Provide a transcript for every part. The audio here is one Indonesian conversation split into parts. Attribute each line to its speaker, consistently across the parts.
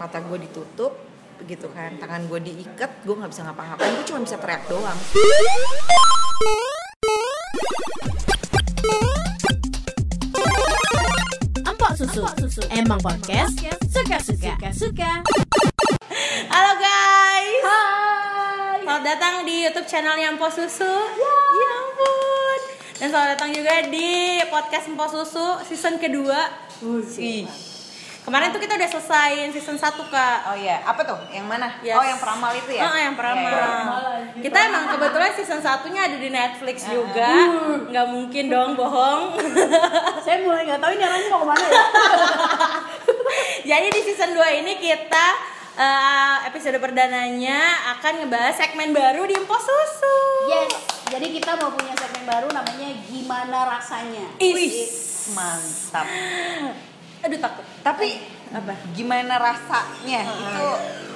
Speaker 1: mata gue ditutup gitu kan tangan gue diikat gue nggak bisa ngapa-ngapain gue cuma bisa teriak doang
Speaker 2: Eh,
Speaker 3: Empok susu. Emang podcast suka-suka. Suka. Halo guys. Hai. Selamat datang di YouTube channelnya Empok Susu. Ya ampun. Dan selamat datang juga di podcast Empok Susu season kedua. Ih. Kemarin tuh kita udah selesaiin season 1, Kak.
Speaker 1: oh iya apa tuh yang mana
Speaker 3: Yes.
Speaker 1: oh yang peramal itu ya
Speaker 3: Ah, yang peramal.
Speaker 1: Iya, iya.
Speaker 3: Kita emang kebetulan season satunya ada di Netflix juga.
Speaker 1: Uh.
Speaker 3: Nggak mungkin dong bohong.
Speaker 4: Saya mulai nggak tahu ini arahnya mau kemana ya.
Speaker 3: Jadi di season 2 ini kita eh, episode perdananya akan ngebahas segmen baru di Empos Susu.
Speaker 4: Yes. Jadi kita mau punya segmen baru namanya gimana rasanya.
Speaker 3: Is.
Speaker 1: mantap
Speaker 3: Aduh takut.
Speaker 1: tapi
Speaker 3: Apa?
Speaker 1: gimana rasanya itu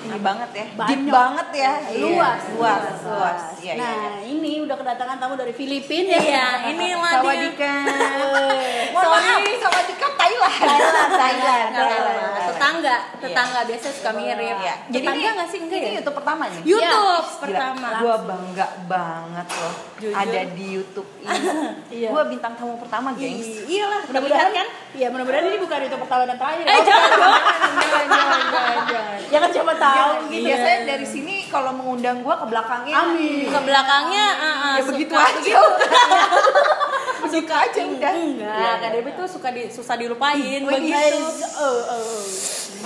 Speaker 1: ini banget ya deep
Speaker 4: Banyak.
Speaker 1: banget ya
Speaker 4: Luas,
Speaker 1: Ah. Iya, luas luas Iya, iya,
Speaker 4: nah,
Speaker 1: iya.
Speaker 4: ini udah kedatangan tamu dari Filipina.
Speaker 3: Iya, ini lah dia.
Speaker 1: Sawadika.
Speaker 4: Eh,
Speaker 1: Mohon
Speaker 3: Sorry.
Speaker 1: Nah, maaf, Sawadika Thailand. Nah,
Speaker 4: Thailand, Thailand,
Speaker 3: Nggak apa-apa.
Speaker 4: Thailand.
Speaker 3: Tetangga, tetangga biasanya suka mirip.
Speaker 1: Iya.
Speaker 3: Jadi iya. tetangga nggak sih enggak
Speaker 1: ini kan
Speaker 3: ya? Iya.
Speaker 1: YouTube pertama nih.
Speaker 3: YouTube
Speaker 1: Gila,
Speaker 3: pertama.
Speaker 1: Gua bangga banget loh
Speaker 3: Jujur.
Speaker 1: ada di YouTube ini.
Speaker 4: Iya.
Speaker 1: Gua bintang tamu pertama, gengs.
Speaker 3: Iya lah, udah melihat kan?
Speaker 4: Iya, mudah-mudahan ini bukan itu pertama dan terakhir.
Speaker 3: Eh
Speaker 4: Oh,
Speaker 3: jangan dong.
Speaker 4: Ya kan siapa
Speaker 3: Iya,
Speaker 4: tahu
Speaker 1: Gitu.
Speaker 4: gitu.
Speaker 1: Biasanya dari sini kalau mengundang gua ke belakangnya.
Speaker 4: Amin.
Speaker 3: Ke belakangnya ah, ah,
Speaker 1: Ya
Speaker 3: suka
Speaker 1: begitu aja. begitu aja udah.
Speaker 3: Enggak, Kak Debbie tuh suka di, susah dilupain
Speaker 1: Wih,
Speaker 3: Iya.
Speaker 4: Eh,
Speaker 3: begitu.
Speaker 4: eh, eh.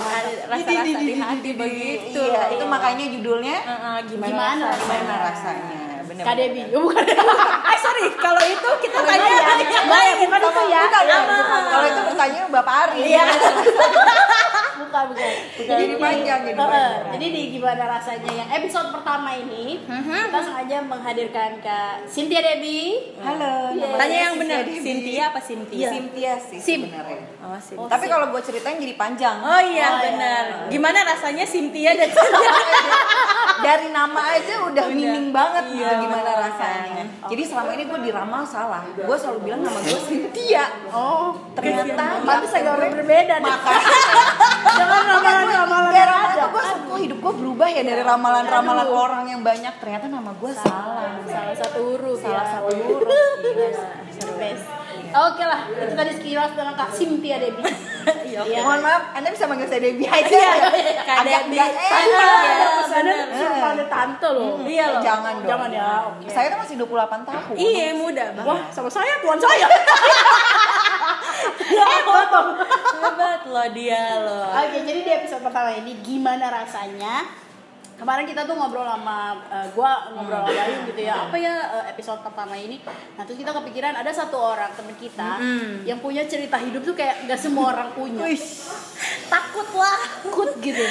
Speaker 3: Ada Rasa-rasa di hati begitu.
Speaker 1: Iya, itu makanya judulnya
Speaker 3: Ah, ah, Gitu. gimana?
Speaker 4: Gimana
Speaker 1: gimana
Speaker 4: rasanya?
Speaker 1: rasanya. Bener.
Speaker 4: Kak Debi. Oh, bukan.
Speaker 3: Eh sorry, kalau itu kita tanya
Speaker 4: ya.
Speaker 3: yang
Speaker 4: Boleh,
Speaker 3: lain.
Speaker 4: bukan itu ya.
Speaker 1: Bukan, bukan,
Speaker 3: Sama.
Speaker 1: bukan. Kalau itu bertanya Bapak Ari.
Speaker 4: Iya. bukan, bukan. bukan.
Speaker 1: Jadi panjang, jadi
Speaker 4: Eh, eh,
Speaker 1: panjang.
Speaker 4: Jadi di gimana rasanya yang episode pertama ini kita sengaja menghadirkan Kak Cynthia Debi.
Speaker 1: Halo. nama
Speaker 3: Tanya
Speaker 1: saya
Speaker 3: yang
Speaker 1: Cynthia
Speaker 3: benar.
Speaker 1: Devi.
Speaker 3: Cynthia apa Cynthia?
Speaker 1: Cynthia sih
Speaker 4: Sim.
Speaker 1: sebenarnya.
Speaker 3: Oh, Iya. Sim.
Speaker 4: Oh,
Speaker 1: Tapi
Speaker 4: Sim.
Speaker 1: kalau gue ceritain jadi panjang.
Speaker 3: Oh
Speaker 4: Oh,
Speaker 3: iya
Speaker 4: iya.
Speaker 3: benar. Gimana rasanya Cynthia dan Cynthia?
Speaker 1: Dari nama aja udah, mining banget
Speaker 3: Iya,
Speaker 1: gitu gimana
Speaker 3: bener.
Speaker 1: rasanya. Jadi selama ini gue diramal salah. Gue selalu bilang nama gue Cynthia. Oh, ternyata
Speaker 4: Tapi agak orang berbeda deh. Jangan ramalan-ramalan yang ada.
Speaker 1: gue kok hidup gue berubah ya dari ramalan-ramalan orang yang banyak ternyata nama gue salah.
Speaker 4: Salah satu huruf
Speaker 1: Salah
Speaker 4: ya.
Speaker 1: satu huruf. Gila.
Speaker 4: The best. Oke lah, itu tadi sekilas dengan Kak Cynthia Debi.
Speaker 3: Iya.
Speaker 4: Iya.
Speaker 1: Mohon maaf, Anda bisa manggil saya Debbie aja. ya?
Speaker 3: Kak
Speaker 1: Agak
Speaker 3: Debbie.
Speaker 1: nggak
Speaker 3: Iya,
Speaker 1: enak. ya.
Speaker 4: Iya, Hmm. pesanan
Speaker 3: benar.
Speaker 4: sumpah ada tante loh.
Speaker 3: Iya loh.
Speaker 1: Jangan dong.
Speaker 4: Jangan ya, oke.
Speaker 1: Saya tuh masih 28 tahun.
Speaker 3: Iya muda banget.
Speaker 4: Wah, sama saya tuan saya. ya,
Speaker 1: Eh,
Speaker 4: potong.
Speaker 3: Hebat loh dia loh.
Speaker 4: Oke, jadi di episode pertama ini gimana rasanya? Kemarin kita tuh ngobrol sama eh, gua ngobrol sama Bayu gitu ya. Apa ya eh, episode pertama ini? Nah, terus kita kepikiran ada satu orang temen kita
Speaker 3: Mm-mm.
Speaker 4: yang punya cerita hidup tuh kayak nggak semua orang punya.
Speaker 3: Takut lah.
Speaker 4: Takut gitu.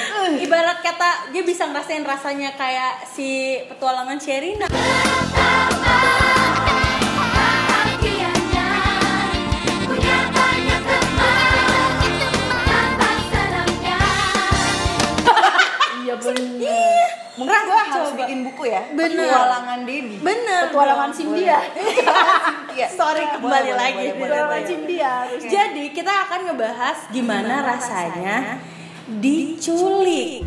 Speaker 3: Ibarat kata dia bisa ngerasain rasanya kayak si petualangan Sherina.
Speaker 4: iya bener.
Speaker 1: Mungkin gue harus
Speaker 3: Coba.
Speaker 1: bikin buku ya.
Speaker 3: Bener.
Speaker 1: Petualangan Debbie.
Speaker 3: Bener.
Speaker 4: Petualangan
Speaker 3: dong.
Speaker 4: sim dia.
Speaker 1: Iya.
Speaker 3: Sorry
Speaker 1: Boleh,
Speaker 3: kembali
Speaker 1: boleh,
Speaker 3: lagi.
Speaker 1: boleh, boleh,
Speaker 4: Petualangan sim dia harus.
Speaker 3: Jadi kita akan ngebahas gimana rasanya diculik.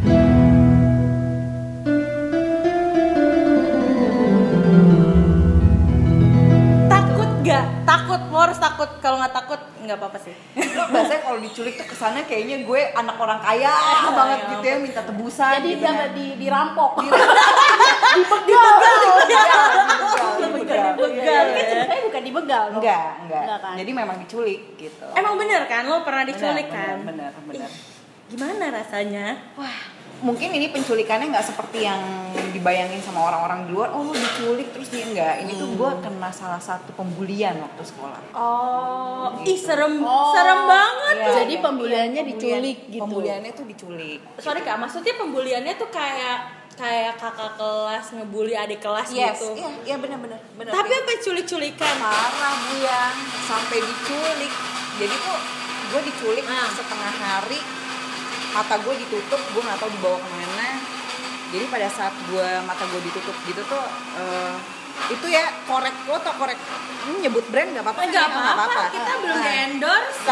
Speaker 3: Takut gak? Takut, lo harus takut. Kalau nggak takut, nggak apa-apa sih.
Speaker 1: Lo biasanya kalau diculik tuh kesana kayaknya gue anak orang kaya banget gitu ya minta tebusan
Speaker 4: Jadi
Speaker 1: gitu
Speaker 4: dia
Speaker 1: kan.
Speaker 4: di dirampok.
Speaker 1: Iya,
Speaker 4: Dipegal.
Speaker 1: Dibegal,
Speaker 3: dibegal.
Speaker 1: dibegal.
Speaker 4: Tapi kan ceritanya bukan dibegal loh.
Speaker 1: iya, Enggak, enggak.
Speaker 4: Enggak kan?
Speaker 1: Jadi memang diculik gitu.
Speaker 3: Emang bener kan? Lo pernah diculik
Speaker 1: Benar,
Speaker 3: kan?
Speaker 1: benar, benar, benar.
Speaker 3: Ih, Gimana rasanya?
Speaker 1: Wah, mungkin ini penculikannya nggak seperti yang dibayangin sama orang-orang di luar. Oh, lu diculik terus dia enggak. Ini tuh gue kena salah satu pembulian waktu sekolah.
Speaker 3: Oh, ih serem,
Speaker 4: Oh.
Speaker 3: serem banget.
Speaker 1: Iya,
Speaker 4: Jadi
Speaker 1: iya.
Speaker 4: pembuliannya
Speaker 1: Pembulian-
Speaker 4: diculik gitu.
Speaker 1: Pembuliannya tuh diculik.
Speaker 3: Iya. Sorry kak, maksudnya pembuliannya tuh kayak kayak kakak kelas ngebully adik kelas
Speaker 1: Yes,
Speaker 3: gitu.
Speaker 1: iya, iya benar-benar. benar.
Speaker 3: Tapi apa culik-culikan?
Speaker 1: parah bu yang sampai diculik jadi tuh gue diculik
Speaker 3: Ah.
Speaker 1: setengah hari mata gue ditutup gue nggak tahu dibawa kemana jadi pada saat gue mata gue ditutup gitu tuh eh, itu ya korek lo tau korek ini nyebut brand nggak apa-apa kan?
Speaker 3: Enggak
Speaker 1: Nggak
Speaker 3: Oh, apa-apa, kita belum
Speaker 1: Ah.
Speaker 3: endorse.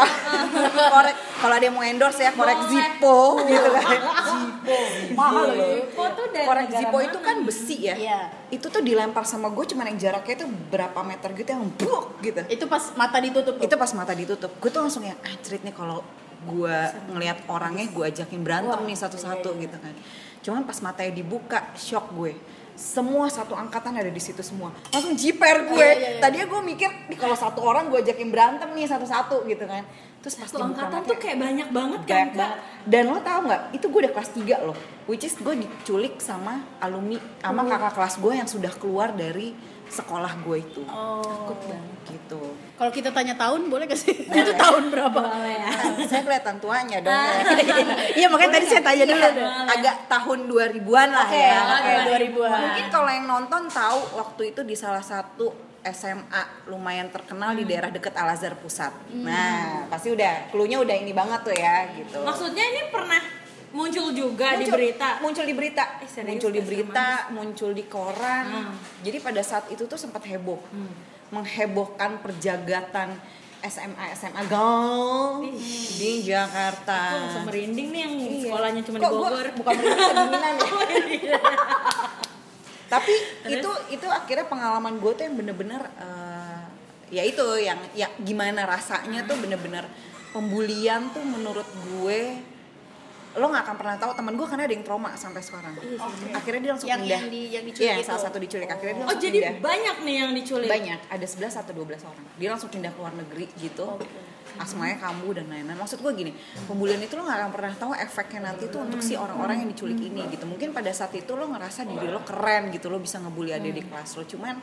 Speaker 1: korek kalau ada yang mau endorse ya korek
Speaker 3: Boleh.
Speaker 1: Zippo gitu kan
Speaker 4: mahal loh itu.
Speaker 3: Zippo tuh dari
Speaker 1: korek
Speaker 3: negara
Speaker 1: Zippo
Speaker 3: mana?
Speaker 1: itu kan besi ya.
Speaker 4: Iya.
Speaker 1: Itu tuh dilempar sama gue cuman yang jaraknya tuh berapa meter gitu yang buk gitu.
Speaker 4: Itu pas mata ditutup. tuh.
Speaker 1: Itu pas mata ditutup, gue tuh langsung yang ah cerit nih kalau gue ngelihat orangnya gue ajakin berantem
Speaker 4: Wah, iya,
Speaker 1: nih satu-satu gitu kan. Cuman pas matanya dibuka, shock gue. Semua satu angkatan ada di situ semua. Langsung jiper gue.
Speaker 4: Iya, iya, iya.
Speaker 1: Tadinya gue mikir, "Nih, kalau satu orang gue ajakin berantem nih satu-satu gitu kan. Terus pas
Speaker 3: Satu
Speaker 1: dibuka
Speaker 3: angkatan
Speaker 1: matanya,
Speaker 3: tuh kayak banyak banget kan
Speaker 1: Banyak
Speaker 3: kak
Speaker 1: banget. Dan lo tau nggak? Itu gue udah kelas 3 loh. Which is gue diculik sama alumni, sama kakak kelas gue yang sudah keluar dari sekolah gue itu.
Speaker 4: Oh.
Speaker 1: Gitu.
Speaker 4: Kalau kita tanya tahun boleh gak sih? itu tahun berapa?
Speaker 3: Boleh ya.
Speaker 1: Nah, saya kelihatan tuanya dong.
Speaker 4: Iya makanya tadi saya tanya dulu.
Speaker 1: Agak tahun 2000-an lah
Speaker 4: Oke,
Speaker 1: ya.
Speaker 4: oke,
Speaker 1: Kayak
Speaker 4: 2000-an.
Speaker 1: Mungkin kalau yang nonton tahu waktu itu di salah satu SMA lumayan terkenal di daerah deket Al Azhar Pusat. Nah, pasti udah cluenya udah ini banget tuh ya gitu.
Speaker 3: maksudnya ini pernah muncul juga di
Speaker 1: Muncul-
Speaker 3: berita
Speaker 1: muncul di berita
Speaker 3: Eh, serius,
Speaker 1: muncul di
Speaker 3: gak
Speaker 1: berita muncul di koran
Speaker 3: Hmm.
Speaker 1: jadi pada saat itu tuh sempat heboh menghebohkan perjagatan SMA SMA gaul di Jakarta
Speaker 3: Aku langsung merinding nih yang
Speaker 1: Iya.
Speaker 3: sekolahnya cuma di
Speaker 1: Kok gua-
Speaker 3: Bogor Oh, iya.
Speaker 1: bukan berita kedinginan ya tapi itu itu akhirnya pengalaman gue tuh yang bener-bener eh, ya itu yang ya gimana rasanya tuh bener-bener pembulian tuh menurut gue lo nggak akan pernah tahu teman gue karena ada yang trauma sampai sekarang
Speaker 3: Iya
Speaker 1: akhirnya dia langsung
Speaker 4: Yang-
Speaker 1: pindah
Speaker 4: yang di- yang diculik
Speaker 1: Iya,
Speaker 4: itu.
Speaker 1: salah satu diculik akhirnya dia
Speaker 3: oh
Speaker 1: langsung
Speaker 3: jadi
Speaker 1: pindah
Speaker 3: banyak nih yang diculik
Speaker 1: banyak ada 11 atau 12 orang dia langsung pindah ke luar negeri gitu asmanya kambuh dan lain-lain maksud gue gini pembulian itu lo gak akan pernah tahu efeknya nanti tuh untuk si orang-orang yang diculik ini gitu mungkin pada saat itu lo ngerasa diri lo keren gitu lo bisa ngebully adik di
Speaker 3: Hmm.
Speaker 1: kelas lo cuman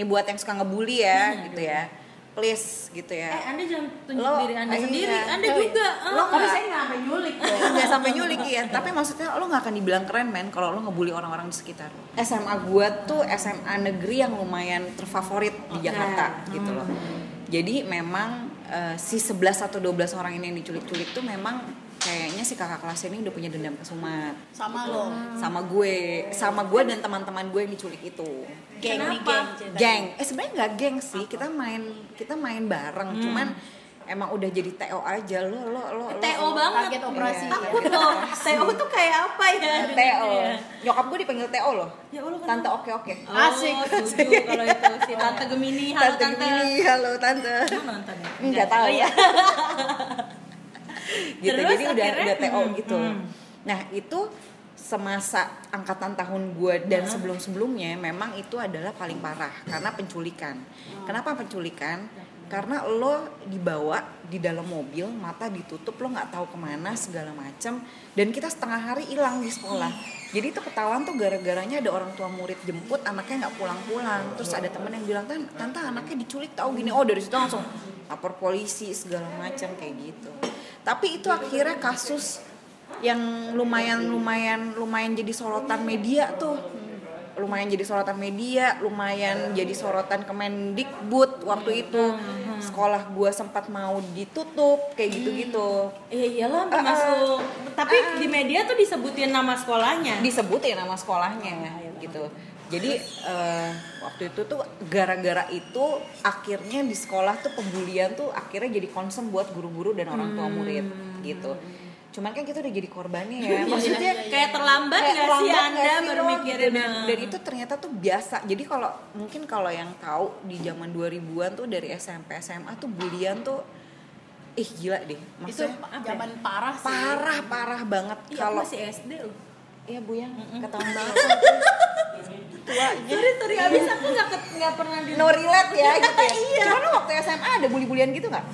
Speaker 1: ini buat yang suka ngebully ya gitu ya please gitu
Speaker 3: Iya, eh
Speaker 1: ya
Speaker 3: anda jangan tunjuk
Speaker 1: Lo-
Speaker 3: diri anda
Speaker 1: iya.
Speaker 3: sendiri anda
Speaker 1: Tapi-
Speaker 3: juga ah.
Speaker 1: lo nggak-
Speaker 4: nggak sampai nyulik
Speaker 1: nggak sampai nyulik ya tapi maksudnya lo nggak akan dibilang keren men kalau lo ngebully orang-orang di sekitar lo. SMA gua tuh SMA negeri yang lumayan terfavorit di Jakarta gitu loh jadi memang eh, si 11 atau 12 orang ini yang diculik-culik tuh memang kayaknya si kakak kelas ini udah punya dendam ke Sumat
Speaker 4: Sama lo.
Speaker 1: sama gue sama gue dan teman-teman gue yang diculik itu
Speaker 4: Geng nih
Speaker 3: Kenapa?
Speaker 4: geng.
Speaker 1: geng eh sebenarnya nggak geng sih kita main kita main bareng cuman emang udah jadi TO aja lo lo lo lo-
Speaker 3: TO banget
Speaker 4: Target operasi.
Speaker 1: Iya.
Speaker 3: takut loh TO tuh kayak apa ya
Speaker 1: TO.
Speaker 3: Iya.
Speaker 1: Nyokap gue dipanggil TO loh.
Speaker 3: Ya Allah, kenapa?
Speaker 1: Tante oke oke.
Speaker 3: Oh,
Speaker 4: Asik.
Speaker 3: setuju kalau itu si Tante Gemini. Iya, Halo Tante.
Speaker 1: Gemini, halo tante.
Speaker 3: Lu nonton ya?
Speaker 1: Enggak tahu
Speaker 3: Oh,
Speaker 1: ya.
Speaker 3: iya.
Speaker 1: gitu.
Speaker 3: Terus
Speaker 1: Jadi udah
Speaker 3: akhirnya,
Speaker 1: udah TO
Speaker 3: mm,
Speaker 1: gitu.
Speaker 3: mm.
Speaker 1: Nah, itu semasa angkatan tahun gue dan sebelum-sebelumnya memang itu adalah paling parah karena penculikan. Kenapa penculikan? Karena lo dibawa di dalam mobil, mata ditutup, lo nggak tahu kemana segala macem, dan kita setengah hari hilang di sekolah. Jadi itu ketahuan tuh gara-garanya ada orang tua murid jemput anaknya nggak pulang-pulang, terus ada temen yang bilang "Tan, tante anaknya diculik tahu gini, oh dari situ langsung lapor polisi segala macam kayak gitu. Tapi itu akhirnya kasus yang lumayan lumayan lumayan jadi sorotan media tuh lumayan jadi sorotan media lumayan jadi sorotan Kemendikbud waktu itu sekolah gua sempat mau ditutup kayak gitu-gitu
Speaker 3: Iya iyalah sampai
Speaker 1: Ah, ah.
Speaker 3: masuk. Tapi di media tuh disebutin nama sekolahnya.
Speaker 1: disebutin nama sekolahnya gitu jadi eh, waktu itu tuh gara-gara itu akhirnya di sekolah tuh pembulian tuh akhirnya jadi concern buat guru-guru dan orang tua murid gitu cuman kan kita udah jadi korbannya ya maksudnya
Speaker 3: kayak terlambat
Speaker 1: Kayak
Speaker 3: nggak sih
Speaker 1: lambat
Speaker 3: anda Iya,
Speaker 1: nggak sih lo?
Speaker 3: bermikirin
Speaker 1: Gitu. dan, dan itu ternyata tuh biasa jadi kalau mungkin kalau yang tahu di zaman 2000-an tuh dari SMP SMA tuh bulian tuh ih gila deh
Speaker 4: Itu
Speaker 1: maksudnya ya?
Speaker 4: zaman parah sih.
Speaker 1: parah parah banget
Speaker 3: Iya, aku
Speaker 1: kalau
Speaker 3: masih SD loh.
Speaker 1: ya bu ya ketahuan banget
Speaker 3: Sorry sorry abis aku nggak ket- nggak pernah di.
Speaker 1: no relate ya gitu ya
Speaker 3: Iya.
Speaker 1: cuman lo waktu SMA ada bully-bulian gitu nggak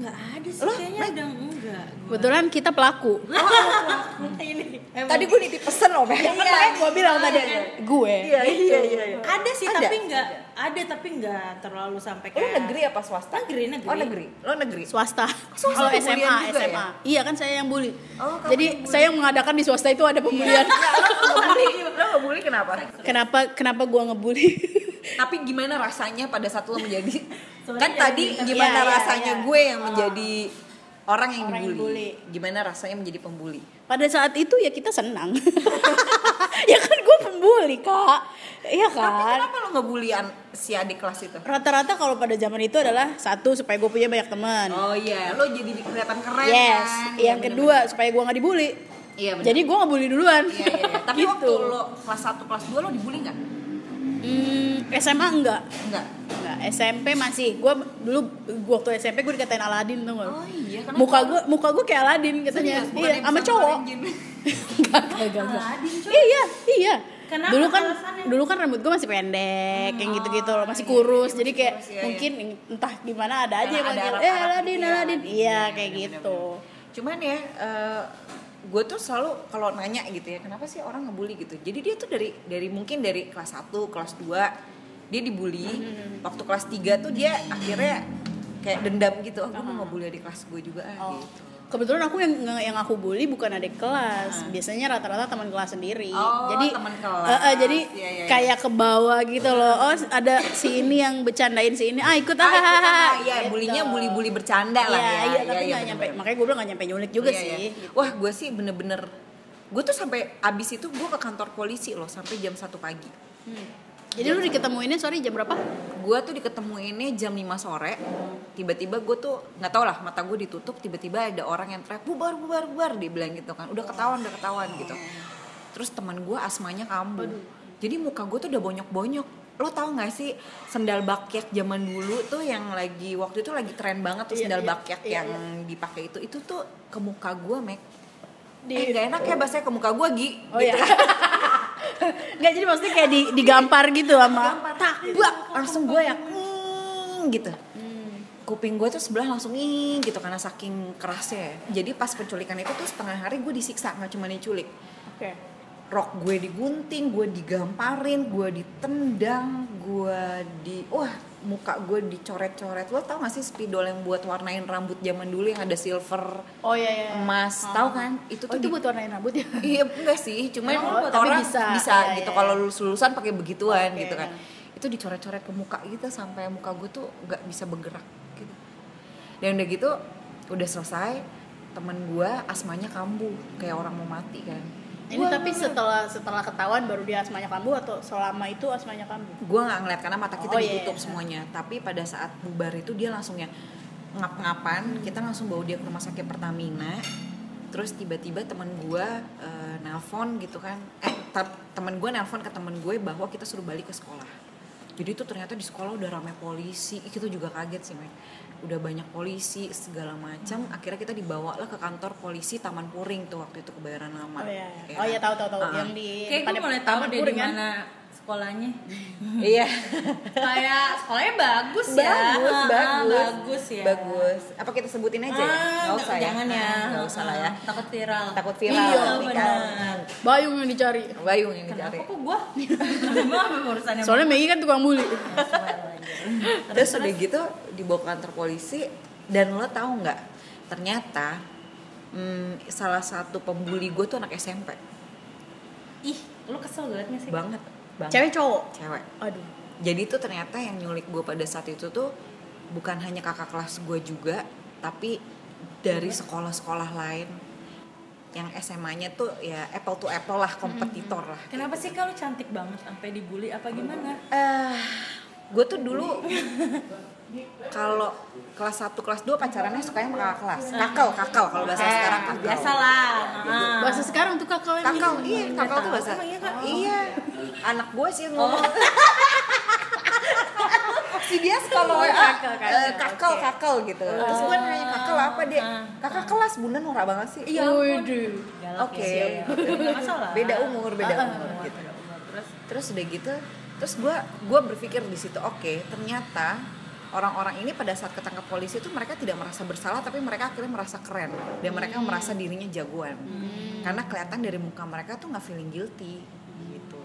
Speaker 3: Nggak ada sih
Speaker 1: Loh, Oh,
Speaker 3: kayaknya
Speaker 1: Meg?
Speaker 3: udah enggak.
Speaker 4: Kebetulan kita pelaku.
Speaker 3: Ini. emang.
Speaker 1: oh, tadi gue nitip pesen loh
Speaker 3: Iya,
Speaker 1: Iya, Bel.
Speaker 4: Makanya gue bilang tadi gue.
Speaker 1: iya iya iya iya.
Speaker 3: kan? gitu. ada sih
Speaker 1: Ada?
Speaker 3: tapi nggak ada tapi nggak terlalu sampai
Speaker 1: lo
Speaker 3: kayak.
Speaker 1: negeri apa swasta
Speaker 3: Negeri, negeri.
Speaker 1: oh negeri lo negeri
Speaker 4: Swasta.
Speaker 1: Oh, Swasta
Speaker 4: Kalau
Speaker 1: pembulian
Speaker 4: SMA,
Speaker 1: juga ya?
Speaker 4: SMA. Iya kan saya yang bully.
Speaker 1: Oh, kamu Iya.
Speaker 4: Jadi saya yang mengadakan di swasta itu ada pembulian.
Speaker 1: lo ngebully lo ngebully kenapa
Speaker 4: kenapa kenapa gue ngebully?
Speaker 1: tapi gimana rasanya pada saat lo menjadi
Speaker 3: Soalnya
Speaker 1: kan
Speaker 3: yang
Speaker 1: tadi
Speaker 3: minta-
Speaker 1: gimana
Speaker 4: Iya, iya,
Speaker 1: rasanya
Speaker 4: iya.
Speaker 1: gue yang menjadi orang yang
Speaker 4: Orang yang
Speaker 1: dibully
Speaker 4: bully.
Speaker 1: gimana rasanya menjadi pembuli
Speaker 4: Pada saat itu ya kita senang. ya kan gue pembuli kak. Iya
Speaker 1: tapi
Speaker 4: kan.
Speaker 1: kenapa lo ngebully an- si adik kelas itu
Speaker 4: Rata-rata kalau pada zaman itu adalah satu supaya gue punya banyak teman.
Speaker 1: oh iya lo jadi kelihatan keren
Speaker 4: yes.
Speaker 1: kan
Speaker 4: Yang
Speaker 1: Iya,
Speaker 4: kedua supaya gue nggak dibully.
Speaker 1: bener-bener. Iya benar.
Speaker 4: Jadi gue ngebully duluan.
Speaker 1: Iya, iya, iya. Tapi
Speaker 4: Gitu.
Speaker 1: waktu lo kelas 1, kelas 2 lo dibully nggak?
Speaker 4: Hmm, SMA enggak.
Speaker 1: Enggak.
Speaker 4: Enggak, SMP masih. Gue dulu gua waktu SMP gue dikatain Aladin tuh
Speaker 1: Oh iya, kenapa?
Speaker 4: Muka gue muka gue kayak Aladin katanya.
Speaker 1: Serius, bukan
Speaker 4: Iya,
Speaker 1: yang
Speaker 4: sama
Speaker 1: bisa
Speaker 4: cowok.
Speaker 1: ngeluarin jin.
Speaker 4: Enggak, enggak, enggak, enggak.
Speaker 1: Aladin, coy.
Speaker 4: Iya, iya.
Speaker 3: Kenapa
Speaker 4: dulu kan
Speaker 3: alasannya?
Speaker 4: dulu kan rambut gue masih pendek, yang gitu-gitu loh, masih
Speaker 1: iya,
Speaker 4: kurus.
Speaker 1: iya,
Speaker 4: jadi
Speaker 1: masih
Speaker 4: kayak
Speaker 1: kurus, iya,
Speaker 4: mungkin entah gimana ada aja
Speaker 1: Karena ada
Speaker 4: yang manggil,
Speaker 1: Arab-
Speaker 4: "Eh,
Speaker 1: Arab
Speaker 4: Aladin,
Speaker 1: gitu ya,
Speaker 4: Aladin."
Speaker 1: Aladin.
Speaker 4: Iya,
Speaker 1: Iya,
Speaker 4: kayak
Speaker 1: bener-bener.
Speaker 4: gitu.
Speaker 1: Cuman ya gue tuh selalu kalau nanya gitu ya, kenapa sih orang ngebully gitu? Jadi dia tuh dari dari mungkin dari kelas 1, kelas 2 dia dibully.
Speaker 4: Mm-hmm.
Speaker 1: Waktu kelas 3 tuh dia akhirnya kayak dendam gitu. Oh, gue mau ngebully adik kelas gue juga ah,
Speaker 4: Uh-huh. Oh.
Speaker 1: gitu.
Speaker 4: Kebetulan aku yang yang aku bully bukan adik kelas, biasanya rata-rata teman kelas sendiri.
Speaker 1: Hmm. Oh,
Speaker 4: jadi
Speaker 1: teman kelas.
Speaker 4: Eh, eh, jadi
Speaker 1: Iya, iya, iya.
Speaker 4: kayak ke bawah gitu loh. Oh, ada si ini yang bercandain si ini. Ah, ikut ah.
Speaker 1: Ah, itu kan, ah,
Speaker 4: gitu.
Speaker 1: ya bulinya bully-bully bercanda lah
Speaker 4: Iya,
Speaker 1: ya.
Speaker 4: iya, tapi nggak nyampe.
Speaker 1: bener-bener.
Speaker 4: Makanya gue bilang nggak nyampe nyulik juga
Speaker 1: Iya,
Speaker 4: sih.
Speaker 1: iya. Wah, gue sih bener-bener gue tuh sampai abis itu gue ke kantor polisi loh sampai jam 1 pagi.
Speaker 4: Hmm. Jadi lu diketemuinnya sorry jam berapa?
Speaker 1: gue tuh diketemuinnya jam 5 sore tiba-tiba gue tuh nggak tau lah mata gue ditutup tiba-tiba ada orang yang teriak bubar bubar bubar dia bilang gitu kan udah ketahuan udah ketahuan gitu terus teman gue asmanya kambuh jadi muka gue tuh udah bonyok bonyok lo tau gak sih sendal bakyak zaman dulu tuh yang lagi waktu itu lagi tren banget tuh
Speaker 4: Iya,
Speaker 1: sendal
Speaker 4: iya,
Speaker 1: bakyak
Speaker 4: iya,
Speaker 1: yang dipakai itu itu tuh ke muka gue mek eh,
Speaker 4: Di-
Speaker 1: gak enak ya bahasanya ke muka gue gi
Speaker 4: Oh iya. Enggak jadi maksudnya kayak di, digampar gitu sama
Speaker 1: tak bak langsung gue yang "Mm," gitu
Speaker 4: Hmm.
Speaker 1: kuping gue tuh sebelah langsung ing gitu karena saking kerasnya ya. jadi pas penculikan itu tuh setengah hari gue disiksa nggak cuma diculik
Speaker 4: Oke.
Speaker 1: rok gue digunting gue digamparin gue ditendang gue di wah muka gue dicoret-coret lo tau gak sih spidol yang buat warnain rambut zaman dulu yang ada silver
Speaker 4: Oh iya iya.
Speaker 1: emas
Speaker 4: Ah.
Speaker 1: tau kan itu
Speaker 4: Oh,
Speaker 1: tuh
Speaker 4: itu
Speaker 1: di-
Speaker 4: buat warnain rambut ya.
Speaker 1: Iya enggak sih, cuman
Speaker 4: Oh, tapi
Speaker 1: orang
Speaker 4: bisa.
Speaker 1: bisa,
Speaker 4: Iya,
Speaker 1: gitu
Speaker 4: iya.
Speaker 1: kalau lulus lulusan pakai begituan
Speaker 4: Oke.
Speaker 1: gitu kan. Itu dicoret-coret ke muka gitu sampai muka gue tuh nggak bisa bergerak gitu. Dan udah gitu udah selesai temen gue asmanya kambuh kayak orang mau mati kan.
Speaker 4: Ini tapi setelah setelah ketahuan baru dia asmanya kambuh atau selama itu asmanya kambuh?
Speaker 1: Gue nggak ngeliat karena mata kita
Speaker 4: Oh, iya,
Speaker 1: ditutup
Speaker 4: iya.
Speaker 1: semuanya. Tapi pada saat bubar itu dia langsung ya ngap-ngapan. Kita langsung bawa dia ke rumah sakit Pertamina. Terus tiba-tiba temen gue eh, nelpon gitu kan. Eh ta- temen gue nelpon ke temen gue bahwa kita suruh balik ke sekolah. Jadi itu ternyata di sekolah udah ramai polisi. Ih, Kita juga kaget sih, men. Udah banyak polisi segala macam. Akhirnya kita dibawa lah ke kantor polisi Taman Puring tuh waktu itu kebayoran lama.
Speaker 4: Oh iya.
Speaker 1: Ya.
Speaker 4: Oh iya tahu tahu tahu
Speaker 1: Ah.
Speaker 4: yang di
Speaker 3: Kayak gue
Speaker 4: pada
Speaker 3: mulai tahu
Speaker 4: Taman
Speaker 3: deh di
Speaker 4: Puring, kan?
Speaker 3: mana sekolahnya.
Speaker 1: Iya.
Speaker 3: Kayak sekolahnya bagus ya.
Speaker 1: bagus,
Speaker 3: Ah,
Speaker 1: bagus,
Speaker 3: bagus ya.
Speaker 1: bagus. Apa kita sebutin aja ya?
Speaker 3: Ah,
Speaker 1: Nggak usah ya.
Speaker 3: Jangan ya.
Speaker 1: Nggak usah lah ya.
Speaker 3: Ah, Takut viral.
Speaker 1: Takut viral.
Speaker 3: Iya,
Speaker 1: nih kan.
Speaker 3: benar.
Speaker 4: Bayung yang dicari.
Speaker 1: Bayung yang dicari.
Speaker 3: Kenapa kok gua? Gua apa urusannya?
Speaker 4: Soalnya Mei kan tukang bully.
Speaker 1: Terus udah gitu dibawa ke kantor polisi dan lo tahu nggak? Ternyata hmm, salah satu pembuli gue tuh anak SMP
Speaker 3: Ih, lu kesel banget gak sih?
Speaker 1: banget, banget.
Speaker 4: Cewek cowok.
Speaker 1: Cewek.
Speaker 4: Aduh.
Speaker 1: Jadi tuh ternyata yang nyulik gue pada saat itu tuh bukan hanya kakak kelas gue juga, tapi dari
Speaker 3: Iya.
Speaker 1: sekolah-sekolah lain yang SMA-nya tuh ya apple to apple lah,
Speaker 3: Hmm,
Speaker 1: kompetitor lah.
Speaker 3: Kenapa sih kalau cantik banget sampai dibully apa gimana?
Speaker 1: Eh, gue tuh dulu kalau kelas 1, kelas 2 pacarannya sukanya sama kakak kelas. Kakal, kakal kalau bahasa
Speaker 3: Eh,
Speaker 1: sekarang Iya. kakal.
Speaker 3: Biasalah. Ah.
Speaker 4: Bahasa sekarang tuh kakak ini.
Speaker 1: Kakal, iya, kakal tuh bahasa.
Speaker 3: Emang iya, Kak?
Speaker 1: Iya. Anak gue sih yang ngomong. si dia
Speaker 3: Oh,
Speaker 1: kalau
Speaker 3: iya,
Speaker 4: Kakal,
Speaker 1: ah,
Speaker 4: kakal,
Speaker 1: eh, kakal, kakal gitu. Terus gue nanya kakal apa dia?
Speaker 3: Ah.
Speaker 1: Kakak kelas bunda norak banget sih. Iya.
Speaker 4: Waduh.
Speaker 3: Galak
Speaker 1: Oke.
Speaker 3: ya, siap. Nggak masalah.
Speaker 1: Beda umur, beda
Speaker 4: Ah, ah,
Speaker 1: umur gitu.
Speaker 3: Terus
Speaker 1: Terus udah gitu, terus gue gua berpikir di situ, oke, ternyata orang-orang ini pada saat ketangkap polisi itu mereka tidak merasa bersalah tapi mereka akhirnya merasa keren dan mereka merasa dirinya jagoan karena kelihatan dari muka mereka tuh nggak feeling guilty gitu